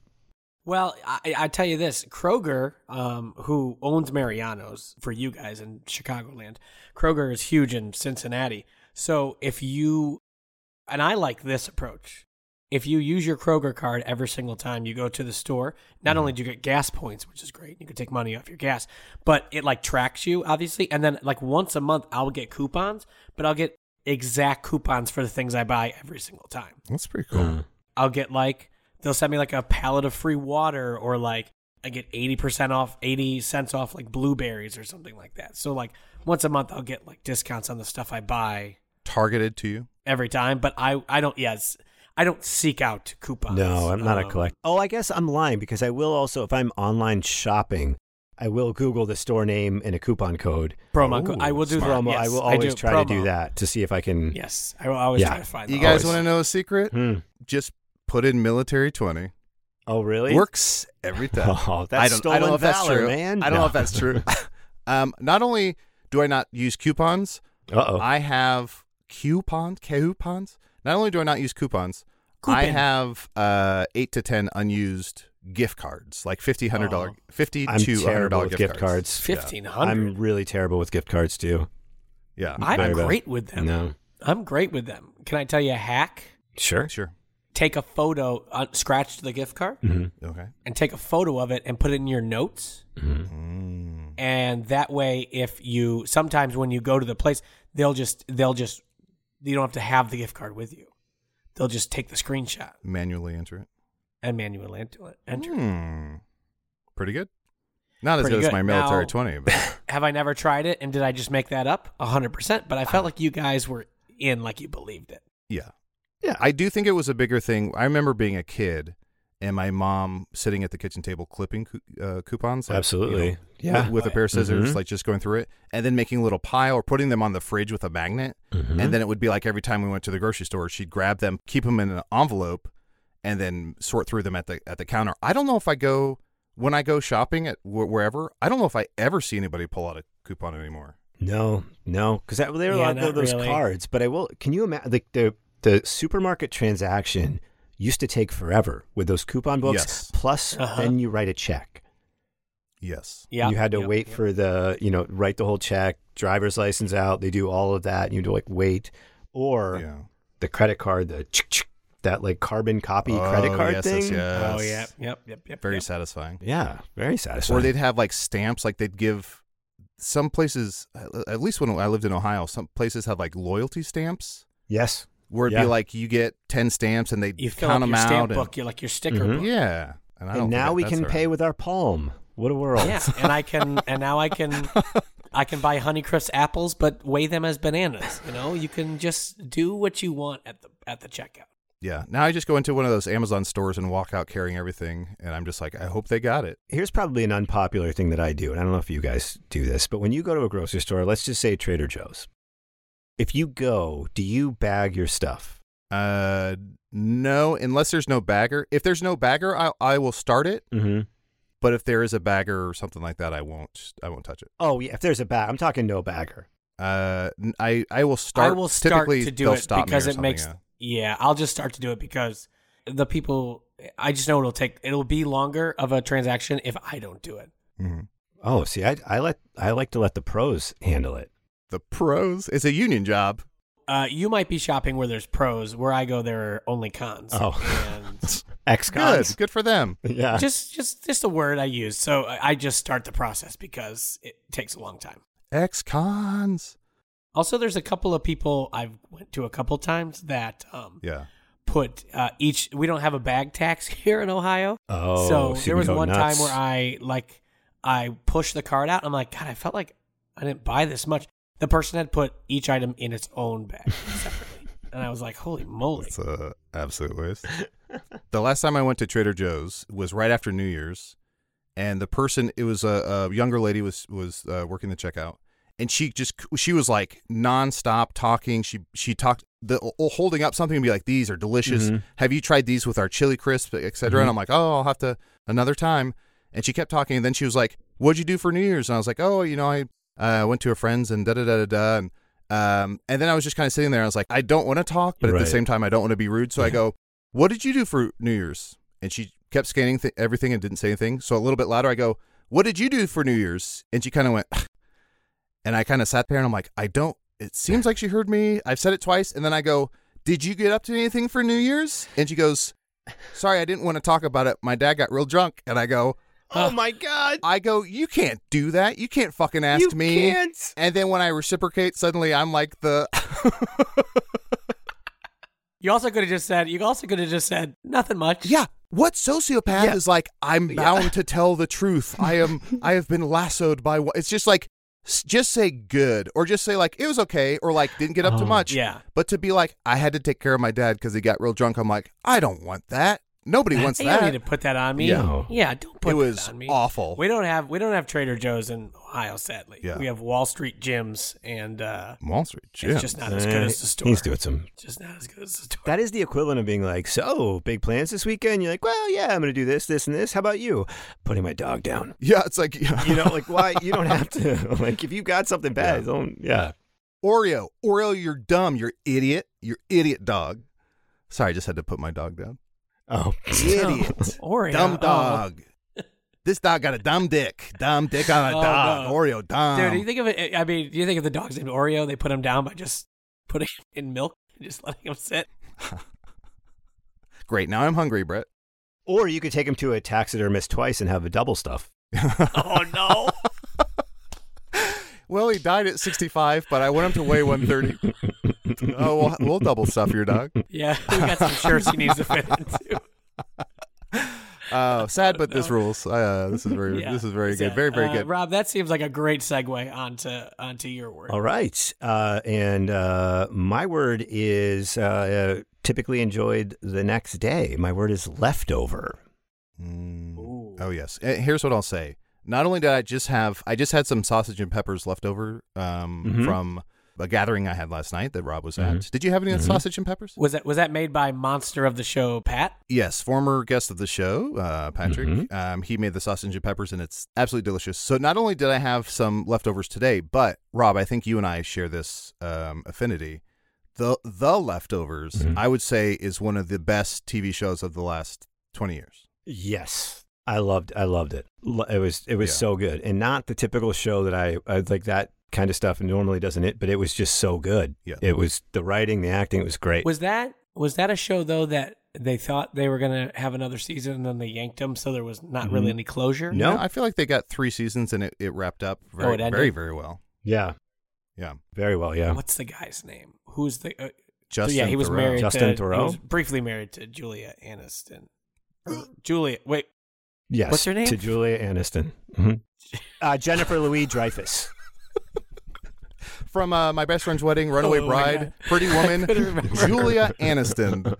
Well, I, I tell you this Kroger, um, who owns Mariano's for you guys in Chicagoland, Kroger is huge in Cincinnati. So if you, and I like this approach, if you use your Kroger card every single time you go to the store, not only do you get gas points, which is great, you can take money off your gas, but it like tracks you, obviously. And then like once a month, I'll get coupons, but I'll get exact coupons for the things I buy every single time.
Mm.
That's pretty
I'll get like they'll send me like a pallet of free water or like I get 80% off 80 cents off like blueberries or something like that. So like once a month I'll get like discounts on the stuff I buy
Targeted to you.
every time, but I I don't yes, I don't seek out coupons.
No, I'm not a
Um,
collect. Oh, I guess I'm lying because I will also, if I'm online shopping, I will Google the store name and a coupon code.
Promo code. I will do that.
promo. I
Yes,
will
I do.
always try to do
Promo.
that to see if I can.
Yes, I will always
mm. Yeah.
try to find
You
that.
guys
Always.
want to know a secret?
Hmm.
Just put in military 20.
Oh, really?
Works every time.
Oh, that's
I don't, I
stolen
don't know if that's
valor,
true.
man.
I don't know
No.
if that's true. um, not only do I not use coupons,
Uh oh.
I have coupons. Coupons. Not only do I not use coupons, I
Coupon.
have uh, eight to ten unused gift cards, like fifty hundred dollar,
Oh.
fifty
I'm
to hundred
terrible
dollar
with
gift,
gift
cards.
cards.
1500.
I'm really terrible with gift cards too.
Yeah,
I'm
Very bad.
great with them.
No.
I'm great with them. Can I tell you a hack?
Sure.
sure.
Take a photo, uh, scratch the gift card,
hmm
Okay.
and take a photo of it and put it in your notes.
Mm-hmm.
Mm.
And that way, if you sometimes when you go to the place, they'll just they'll just you don't have to have the gift card with you. They'll just take the screenshot
Manually enter it.
and manually enter it. Enter.
Mm.
it.
Hmm. Pretty good. Not as
Pretty
good, as
good.
my military
Now-
twenty, but
Have I never tried it? And did I just make that up? hundred percent. But I felt like you guys were in, like you believed it.
yeah.
Yeah.
I do think it was a bigger thing. I remember being a kid and my mom sitting at the kitchen table clipping cou- uh, coupons. like, you
Absolutely.
know,
Yeah.
With, with a pair of scissors,
Mhm.
like just going through it and then making a little pile or putting them on the fridge with a magnet.
Mm-hmm.
And then it would be like every time we went to the grocery store, she'd grab them, keep them in an envelope, and then sort through them at the at the counter. I don't know if I go when I go shopping at wh- wherever. I don't know if I ever see anybody pull out a coupon anymore.
No, no, because there were a
Yeah,
lot of
not
those
really.
cards. But I will. Can you imagine? Like the the supermarket transaction used to take forever with those coupon books.
Yes.
Plus,
Uh-huh.
then you write a check.
Yes.
Yeah.
you had to
Yep.
wait
Yep.
for the you know write the whole check, driver's license out. They do all of that. And you do like wait, or
Yeah.
the credit card, the chick, chick, that like carbon copy credit
Oh,
card
yes, yes,
thing.
yes.
Oh yeah. Yep. Yep. Yep.
Very
yep.
satisfying.
Yeah, very satisfying.
Or they'd have like stamps, like they'd give some places, uh, at least when I lived in Ohio, some places have like loyalty stamps
yes,
where it'd
Yeah.
be like you get 10 stamps and they
You fill
count
up
them
your
out.
stamp
and,
book. You're like your sticker
Mhm.
book.
Yeah. And, I don't
and
think
now
that-
we
that's
can
all
pay
right.
with our palm. What a world!
Yeah, and I can, and now I can, I can buy Honeycrisp apples, but weigh them as bananas. You know, you can just do what you want at the at the checkout.
Yeah. Now I just go into one of those Amazon stores and walk out carrying everything. And I'm just like, I hope they got it.
Here's probably an unpopular thing that I do, and I don't know if you guys do this, but when you go to a grocery store, let's just say Trader Joe's. If you go, do you bag your stuff?
Uh, no, unless there's no bagger. If there's no bagger, I, I will start it.
Mm-hmm.
But if there is a bagger or something like that, I won't. I won't touch it.
Oh yeah, if there's a bag, I'm talking no bagger.
Uh, n- I I will start.
I will start
typically
to do
they'll
it
stop me
because
or
it
something,
makes.
yeah.
yeah, I'll just start to do it because the people. I just know it'll take. It'll be longer of a transaction if I don't do it.
Mhm.
Oh, see, I, I let I like to let the pros handle it.
the pros. It's a union job.
Uh, you might be shopping where there's pros. Where I go, there are only cons.
Oh.
And
Ex
Good, good for them.
Yeah.
just, just, just a word I use. So I I just start the process because it takes a long time.
Ex cons.
Also, there's a couple of people I've went to a couple times that um,
Yeah.
put uh, each. We don't have a bag tax here in Ohio,
oh,
so
you
there
can
was
go
one
nuts.
time where I like I pushed the card out. I'm like, God, I felt like I didn't buy this much. The person had put each item in its own bag separately, and I was like, Holy moly!
It's a absolute waste. the last time I went to Trader Joe's was right after New Year's, and the person it was a, a younger lady was was uh, working the checkout, and she just she was like nonstop talking. She she talked the holding up something and be like, "These are delicious.
Mhm.
Have you tried these with our chili crisp, etc." cetera And I'm like, "Oh, I'll have to another time." And she kept talking, and then she was like, "What'd you do for New Year's?" And I was like, "Oh, you know, I uh, went to a friend's and da da da da da." And um, and then I was just kind of sitting there. I was like, "I don't want to talk, but at
Right.
the same time, I don't want to be rude." So I go, "What did you do for New Year's?" And she kept scanning th- everything and didn't say anything. So a little bit louder, I go, "What did you do for New Year's?" And she kind of went, and I kind of sat there and I'm like, "I don't." It seems like she heard me. I've said it twice, and then I go, "Did you get up to anything for New Year's?" And she goes, "Sorry, I didn't want to talk about it. My dad got real drunk." And I go,
Oh my god.
I go, you can't do that. You can't fucking ask
you
me.
can't.
And then when I reciprocate, suddenly I'm like the
You also could have just said. You also could have just said nothing much.
Yeah. What sociopath
Yeah.
is like, I'm
Yeah.
bound to tell the truth. I am I have been lassoed by what it's just like s- just say good or just say like it was okay or like didn't get up too
Oh,
much.
yeah.
But to be like, I had to take care of my dad because he got real drunk, I'm like, I don't want that. Nobody wants
You don't
that.
need to put that on me.
No.
Yeah, don't put
It
that
was
on me.
awful.
We don't have we don't have Trader Joe's in Ohio, sadly.
Yeah.
We have Wall Street gyms and uh
Wall Street
it's
Gym.
just not as good as the store.
He's doing some.
Just not as good as the store.
That is the equivalent of being like, so big plans this weekend. You're like, well, yeah, I'm going to do this, this, and this. How about you? Putting my dog down.
yeah, it's like yeah.
You know, like why? You don't have to. Like if you got something bad,
Yeah.
don't. Yeah.
Oreo. Oreo, you're dumb, you're idiot. You're idiot dog. Sorry, I just had to put my dog down.
Oh,
Idiot.
Oreo.
Dumb
Oh.
dog. This dog got a dumb dick. Dumb dick on a
Oh,
dog.
no.
Oreo dumb.
Dude, do you think of it? I mean, do you think of the dog's named Oreo? They put him down by just putting him in milk and just letting him sit.
Great. Now I'm hungry, Brett.
Or you could take him to a taxidermist twice and have a double stuff.
Oh no!
Well, he died at 65, but I want him to weigh 130. oh, we'll, we'll double stuff your dog.
yeah, we got some shirts he needs to fit into.
Uh, sad, but this rules. Uh, this is very,
Yeah.
this is very
So,
good. Very, very
uh,
good.
Rob, that seems like a great segue onto onto your work.
All right. Uh, and uh, my word is uh, uh, typically enjoyed the next day. My word is leftover.
Mm.
Ooh.
Oh yes. Uh, Here's what I'll say. Not only did I just have, I just had some sausage and peppers left over um,
Mhm.
from a gathering I had last night that Rob was
Mhm.
at. Did you have any of that
Mhm.
sausage and peppers?
Was that was that made by monster of the show Pat?
Yes, former guest of the show, uh, Patrick.
Mhm.
Um, he made the sausage and peppers, and it's absolutely delicious. So not only did I have some leftovers today, but Rob, I think you and I share this um, affinity. The the leftovers,
Mhm.
I would say, is one of the best TV shows of the last twenty years.
Yes. I loved I loved it. Lo- It was it was
Yeah.
so good. And not the typical show that I, I like that kind of stuff normally doesn't it, but it was just so good.
Yeah.
It was the writing, the acting, it was great.
Was that was that a show though that they thought they were gonna have another season and then they yanked them, so there was not really
Mhm.
any closure?
No.
I feel like they got three seasons, and it, it wrapped up
Oh,
very
it ended?
very very well.
yeah.
Yeah,
Very well, yeah.
What's the guy's name? Who's the? Uh, so
Justin.
yeah, he was
Theroux.
married.
Justin
to,
Theroux?
He was briefly married to Julia Aniston. Or Julia, wait,
Yes.
What's her name?
To Julia Aniston. Mhm. Uh, Jennifer Louis Dreyfus.
from uh, my best friend's wedding, Runaway
Oh, my
Bride,
God.
Pretty Woman,
couldn't remember.
Julia Aniston.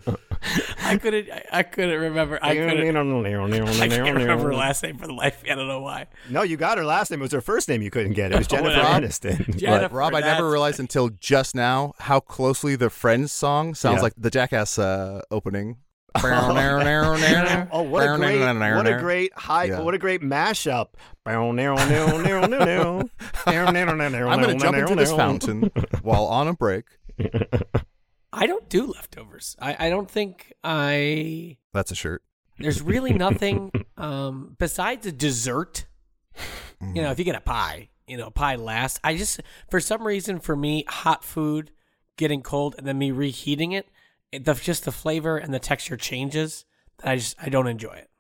I couldn't, I, I couldn't remember. I couldn't, I can't remember her last name for the life. I don't know why.
No, you got her last name. It was her first name you couldn't get. It was Jennifer
Whatever.
Aniston. But-
Jennifer.
Rob, I never
That's-
realized until just now how closely the Friends song sounds
Yeah.
like the Jackass uh, opening. oh,
Oh, what a great, what a great high,
Yeah.
what a great mashup! I'm
I'm going to jump into this fountain while on a break.
I don't do leftovers. I, I don't think I.
That's a shirt.
There's really nothing um, besides a dessert. You know, if you get a pie, you know, pie lasts. I just, for some reason, for me, hot food getting cold and then me reheating it, it the, just the flavor and the texture changes. That I just, I don't enjoy it.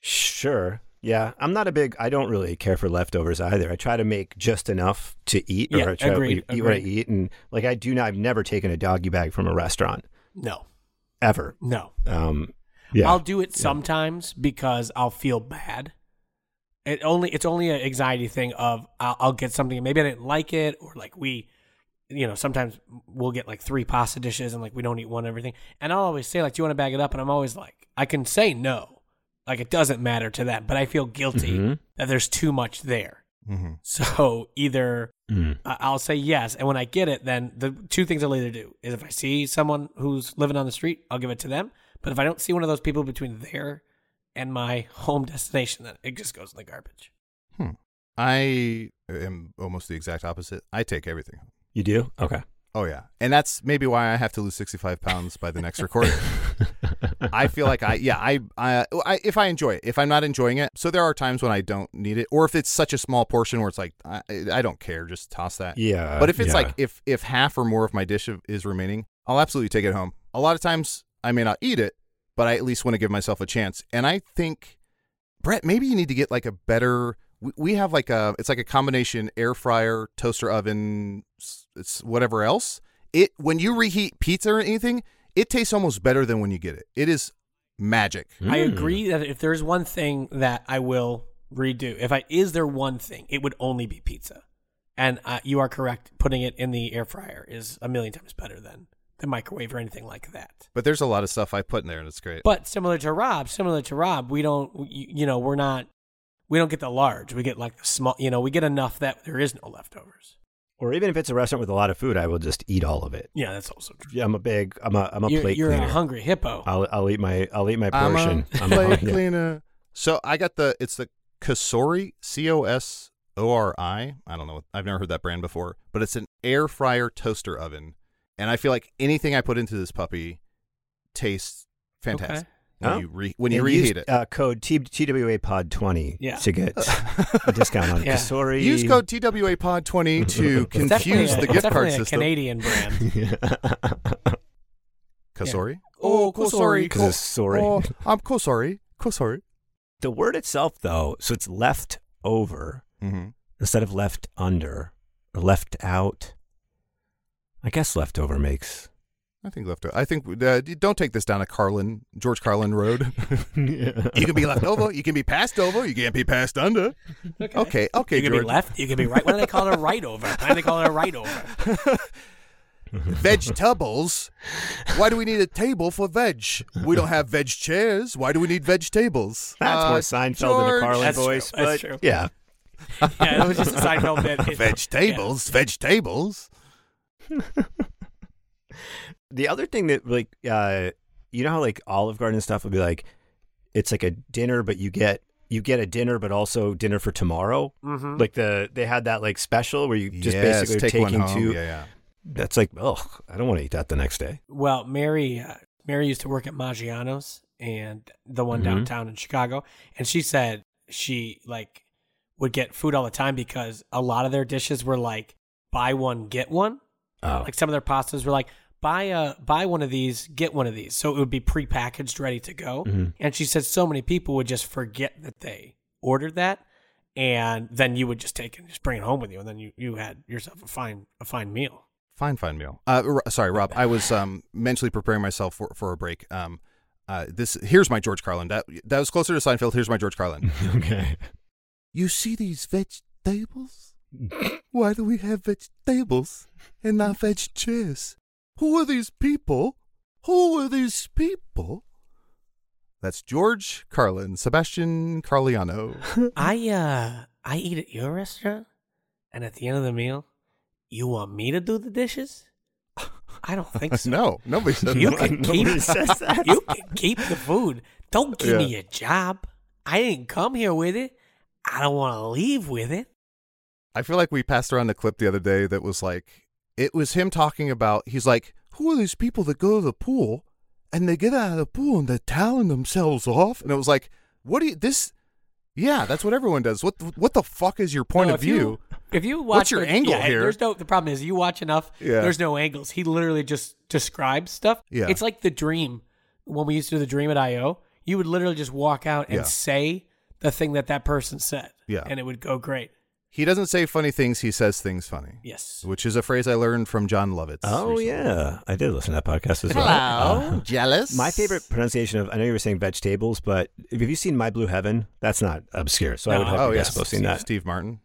Sure. Yeah, I'm not a big. I don't really care for leftovers either. I try to make just enough to eat, or
Yeah,
I try
agreed,
to eat what I
agreed.
eat, and like I do. Not, I've never taken a doggy bag from a restaurant
No,
ever.
no.
Um, yeah,
I'll do it sometimes because I'll feel bad. It only it's only an anxiety thing of I'll, I'll get something and maybe I didn't like it or like we, you know, sometimes we'll get like three pasta dishes and like we don't eat one of everything. And I'll always say like, do you want to bag it up? And I'm always like, I can say no, like it doesn't matter to them, but I feel guilty
Mhm.
that there's too much there.
Mm-hmm.
So either
Mm.
I- I'll say yes, and when I get it, then the two things I'll either do is if I see someone who's living on the street, I'll give it to them. But if I don't see one of those people between there and my home destination, then it just goes in the garbage.
I am almost the exact opposite. I take everything.
You do? Okay.
Oh yeah, and that's maybe why I have to lose sixty-five pounds by the next recording. I feel like I yeah I, I I if I enjoy it if I'm not enjoying it so there are times when I don't need it or if it's such a small portion where it's like I, I don't care just toss that
Yeah.
but if it's
Uh, yeah.
like if if half or more of my dish of- is remaining I'll absolutely take it home a lot of times I may not eat it but I at least want to give myself a chance and I think Brett maybe you need to get like a better we, we have like a it's like a combination air fryer toaster oven s- it's whatever else It when you reheat pizza or anything, it tastes almost better than when you get it. It is magic.
I
Mm.
agree that if there's one thing that I will redo, if I is there one thing, it would only be pizza. And uh, you are correct. Putting it in the air fryer is a million times better than the microwave or anything like that.
But there's a lot of stuff I put in there, and it's great.
But similar to Rob, similar to Rob, we don't, y- you know, we're not, we don't get the large. We get like the small. You know, we get enough that there is no leftovers.
Or even if it's a restaurant with a lot of food, I will just eat all of it.
Yeah, that's also true.
Yeah, I'm a big, I'm a, I'm a
you're
plate
you're
cleaner.
a hungry hippo.
I'll, I'll eat my, I'll eat my
I'm a
portion. I'm a
plate
hungry-
cleaner. So I got the it's the Kasori C O S O R I. I don't know. I've never heard that brand before, but it's an air fryer toaster oven, and I feel like anything I put into this puppy tastes fantastic
Okay.
when
Oh.
you re, when you
And
reheat
use,
it.
uh, code T- TWA Pod twenty
Yeah.
to get a discount on
Yeah.
Kasori.
Use code TWA Pod twenty to
It's
It's definitely
confuse
a-
the
it's
gift
definitely
card
a
system.
Canadian brand.
Kasori.
Oh, Kasori.
'Cause it's sorry.
Oh, I'm Kasori. Kasori.
the word itself, though, so it's left over
Mm-hmm.
instead of left under or left out. I guess leftover makes.
I think left. I think uh, don't take this down a Carlin George Carlin Road. You can be left over. You can be passed over. You can't be passed under. Okay. Okay.
you can
George.
be left. You can be right. Why do they call it a right over? Why do they call it a right over?
Vegetables. Why do we need a table for veg? We don't have veg chairs. Why do we need veg tables?
That's more
Uh,
Seinfeld than a
George.
Carlin
That's true,
voice,
that's
but
true.
yeah,
Yeah, it was just a Seinfeld bit. It-
Veg tables. Veg tables.
the other thing that like uh you know how like olive garden stuff would be like it's like a dinner but you get you get a dinner but also dinner for tomorrow
Mhm.
like the they had that like special where you just
Mm-hmm. Yes,
basically
take
are
one
taking
home.
two
Yeah, yeah.
that's like oh i don't want to eat that the next day
Well, Mary, uh, Mary used to work at Maggiano's and the one
Mhm.
downtown in Chicago, and she said she like would get food all the time because a lot of their dishes were like buy one get one.
oh
Like some of their pastas were like buy a buy one of these get one of these, so it would be prepackaged ready to go.
Mhm.
And she said so many people would just forget that they ordered that, and then you would just take it and just bring it home with you, and then you, you had yourself a fine a fine meal.
Fine, fine meal. Uh, r- sorry, Rob. I was um, mentally preparing myself for, for a break. Um, uh, this here's my George Carlin. That that was closer to Seinfeld. Here's my George Carlin.
Mm-hmm. okay
You see these vegetables? Why do we have vegetables and not veg chairs? Who are these people? Who are these people? That's George Carlin, Sebastian Carliano.
I uh I eat at your restaurant, and at the end of the meal, you want me to do the dishes? I don't think so.
no, nobody says
you
that.
can
Nobody
keep
says that.
you can keep the food. Don't give me
Yeah.
a job. I didn't come here with it. I don't want to leave with it.
I feel like we passed around a clip the other day that was like, it was him talking about, he's like, who are these people that go to the pool and they get out of the pool and they're toweling themselves off? And it was like, what do you, this, yeah, that's what everyone does. What, what the fuck is your point
No,
of
if you-
view?
if you watch,
What's your
the-
angle
yeah,
here?
There's no. The problem is you watch enough.
Yeah.
There's no angles. He literally just describes stuff.
Yeah.
It's like the dream when we used to do the dream at IO. You would literally just walk out and
Yeah.
say the thing that that person said.
Yeah.
And it would go great.
He doesn't say funny things, he says things funny,
Yes.
which is a phrase I learned from John Lovitz.
oh
recently.
yeah i did listen to that podcast as well Uh,
jealous?
my favorite pronunciation of I know you were saying vegetables, but have you seen My Blue Heaven? That's not obscure, so I
No.
would have
Oh,
you
yeah.
guys both seen
Steve,
that.
Steve Martin,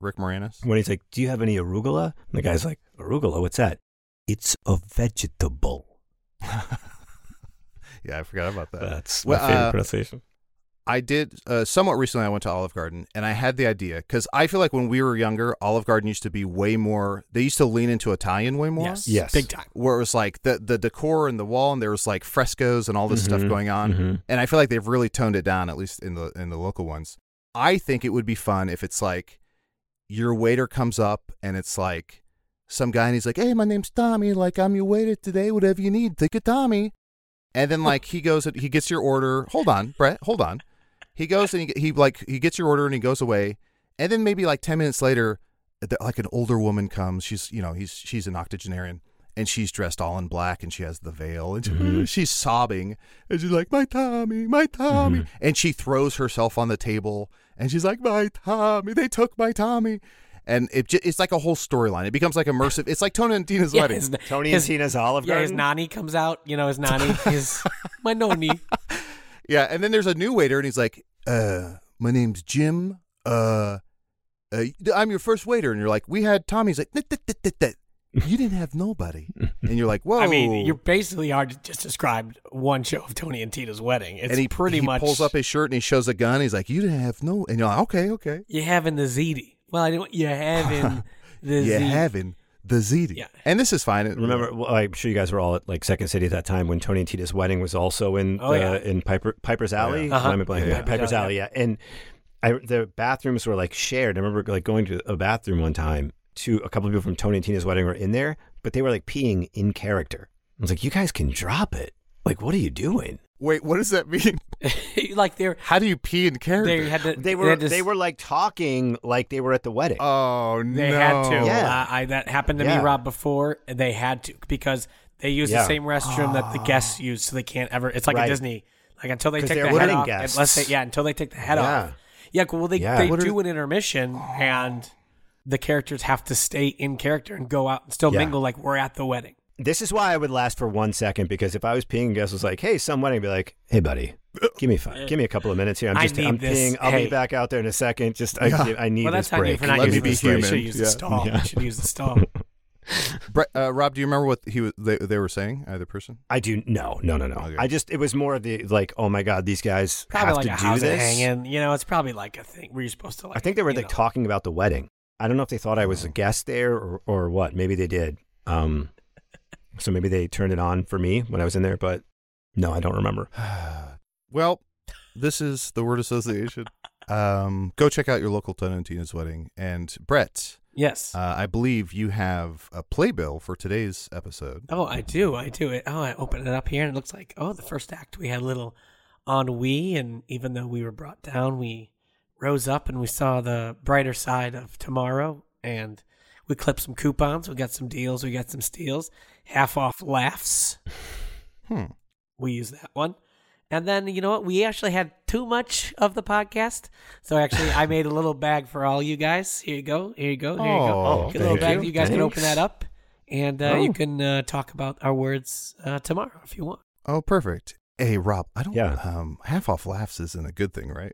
Rick Moranis.
when he's like, "Do you have any arugula?" And the guy's like, "Arugula? What's that?" It's a vegetable.
Yeah, I forgot about that.
That's
Well,
my favorite
uh,
pronunciation.
I did uh, somewhat recently. I went to Olive Garden, and I had the idea because I feel like when we were younger, Olive Garden used to be way more. They used to lean into Italian way more.
Yes.
Yes.
Big time.
Where it was like the the decor and the wall, and there was like frescoes and all this
Mhm,
stuff going on.
mhm.
And I feel like they've really toned it down, at least in the in the local ones. I think it would be fun if it's like your waiter comes up and it's like some guy and he's like, "Hey, my name's Tommy. Like, I'm your waiter today. Whatever you need, think of Tommy." And then like he goes, and he gets your order. Hold on, Brett. Hold on. He goes and he, he like he gets your order and he goes away. And then maybe like ten minutes later, the, like an older woman comes. She's you know he's she's an octogenarian and she's dressed all in black and she has the veil and she's sobbing and she's like my Tommy, my Tommy, and she throws herself on the table and she's like my Tommy, they took my Tommy. and it ju- it's like a whole storyline. It becomes like immersive. It's like Tony and Tina's
Yeah,
wedding.
his,
Tony
his-
and Tina's Olive
Yeah, his
Garden.
nanny comes out. You know, his nanny, his my noni.
Yeah, and then there's a new waiter, and he's like, "Uh, my name's Jim. Uh, uh I'm your first waiter." And you're like, "We had Tommy." He's like, "That- that- that- that- that. "You didn't have nobody." And you're like, "Whoa!"
I mean, you basically are just described one show of Tony and Tina's wedding. It's
and he
pretty
he
much
pulls up his shirt and he shows a gun. He's like, "You didn't have no." And you're like, "Okay, okay."
you're having the ziti. Well, I didn't. You're having the
You're
ziti.
having the ziti.
Yeah.
And this is fine. It-
Remember, well, I'm sure you guys were all at like Second City at that time when Tony and Tita's wedding was also in
Oh,
the,
yeah.
in Piper, Piper's Alley.
Yeah. Uh-huh.
Why am I blanking?
Yeah.
Piper's Alley, yeah. And I, the bathrooms were like shared. I remember like going to a bathroom one time. To a couple of people from Tony and Tina's wedding were in there, but they were like peeing in character. I was like, "You guys can drop it. Like, what are you doing?"
Wait, what does that mean?
like they're
How do you pee in character?
they had to.
They
they,
were
had to,
they were like talking like they were at the wedding.
oh no!
They had to.
Yeah.
I, I that happened to
Yeah.
me, Rob, before. and They had to because they use
Yeah. Ah.
the same restroom that the guests use, so they can't ever. It's like
Right.
a Disney. Like until they
'Cause
take
they're
the head
wedding
off,
guests.
unless they yeah, until they take the head
Yeah.
off. Yeah, well they
Yeah.
they
What
are-
do an intermission and the characters have to stay in character and go out and still
Yeah.
mingle like we're at the wedding.
This is why I would last for one second because if I was peeing, guess was like, "Hey, some wedding," I'd be like, "Hey, buddy, give me five, give me a couple of minutes here. I'm
I
just,
need
I'm
this.
peeing. I'll
Hey.
be back out there in a second. Just, I,
Yeah.
I need
well,
this
that's on you
break.
for not
Let me
using
be
the stall. You
human.
should use
Yeah.
the stall. You should use the stall.
Bre- uh, Rob, do you remember what he was, they they were saying? Either person.
I do no, no, no, no.
Okay.
I just, it was more of the like, oh my god, these guys
Probably
have
like
to
a
do
house
this.
hanging. You know, it's probably like a thing where you're supposed to like.
I think they were
you
like
know.
talking about the wedding. I don't know if they thought I
Oh.
was a guest there or, or what. Maybe they did. Um, so maybe they turned it on for me when I was in there, but no, I don't remember.
Well, this is the word association. Um, go check out your local Tonantina's wedding. And Brett,
Yes.
uh, I believe you have a playbill for today's episode.
Oh, I do. I do. It, oh, I open it up here and it looks like, oh, the first act we had a little ennui. And even though we were brought down, we rose up and we saw the brighter side of tomorrow. And we clipped some coupons. We got some deals. We got some steals. Half off laughs.
Hmm.
We use that one. And then, you know what? We actually had too much of the podcast. So actually, I made a little bag for all you guys. Here you go. Here you go. Here you go.
Oh,
Good little bag.
thank you.
You, guys can open
Thanks.
that up, and uh,
Oh.
you can uh, talk about our words uh, tomorrow if you want.
Oh, perfect. Hey, Rob, I don't.
Yeah.
Um, half off laughs isn't a good thing, right?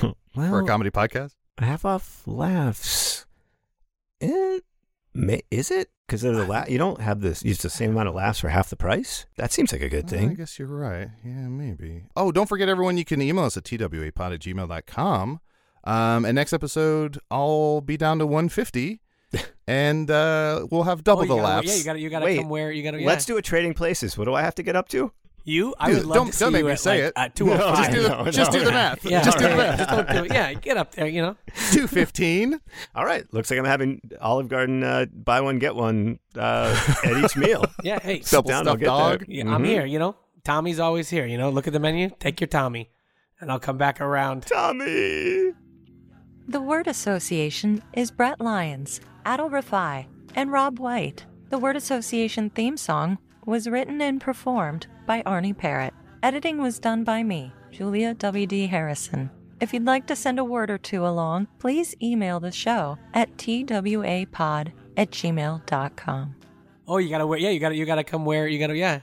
For a
well,
comedy podcast.
half off laughs. It, Eh, may, is it? Because there's a la- you don't have this. It's the same amount of laughs for half the price. That seems like a good
Well, Oh, I
Oh
thing.
guess you're right. Yeah, maybe. Oh, don't forget, everyone, you can email us at twapod at gmail.com. Um, and next episode, I'll be down to 150, and uh, we'll have double
Oh, you
the
gotta-
laughs.
Yeah, you got to you got to
Wait,
come where you got to. Yeah.
Let's do a trading places. What do I have to get up to?
you. I
Dude,
would love
don't-
to see
don't make
you
me
at,
say
like,
it.
Uh, two
No,
hundred five.
just do the,
No,
just
no,
do the
no.
math.
yeah,
just do the
all right.
math.
Just don't do it. Yeah, get up there. You know.
215.
All right. Looks like I'm having Olive Garden uh, buy one get one uh, at each meal.
Yeah. Hey.
Double
down, I'll
stuffed
get
dog.
there.
yeah,
Mhm.
I'm here. You know. Tommy's always here. You know. Look at the menu. Take your Tommy, and I'll come back around.
Tommy.
The word association is Brett Lyons, Adel Rafai, and Rob White. The word association theme song was written and performed by Arnie Parrott. Editing was done by me, Julia W.D. Harrison. If you'd like to send a word or two along, please email the show at twapod at gmail.com.
Oh, you got to wear. Yeah, you got to you got to come where you got to. Yeah.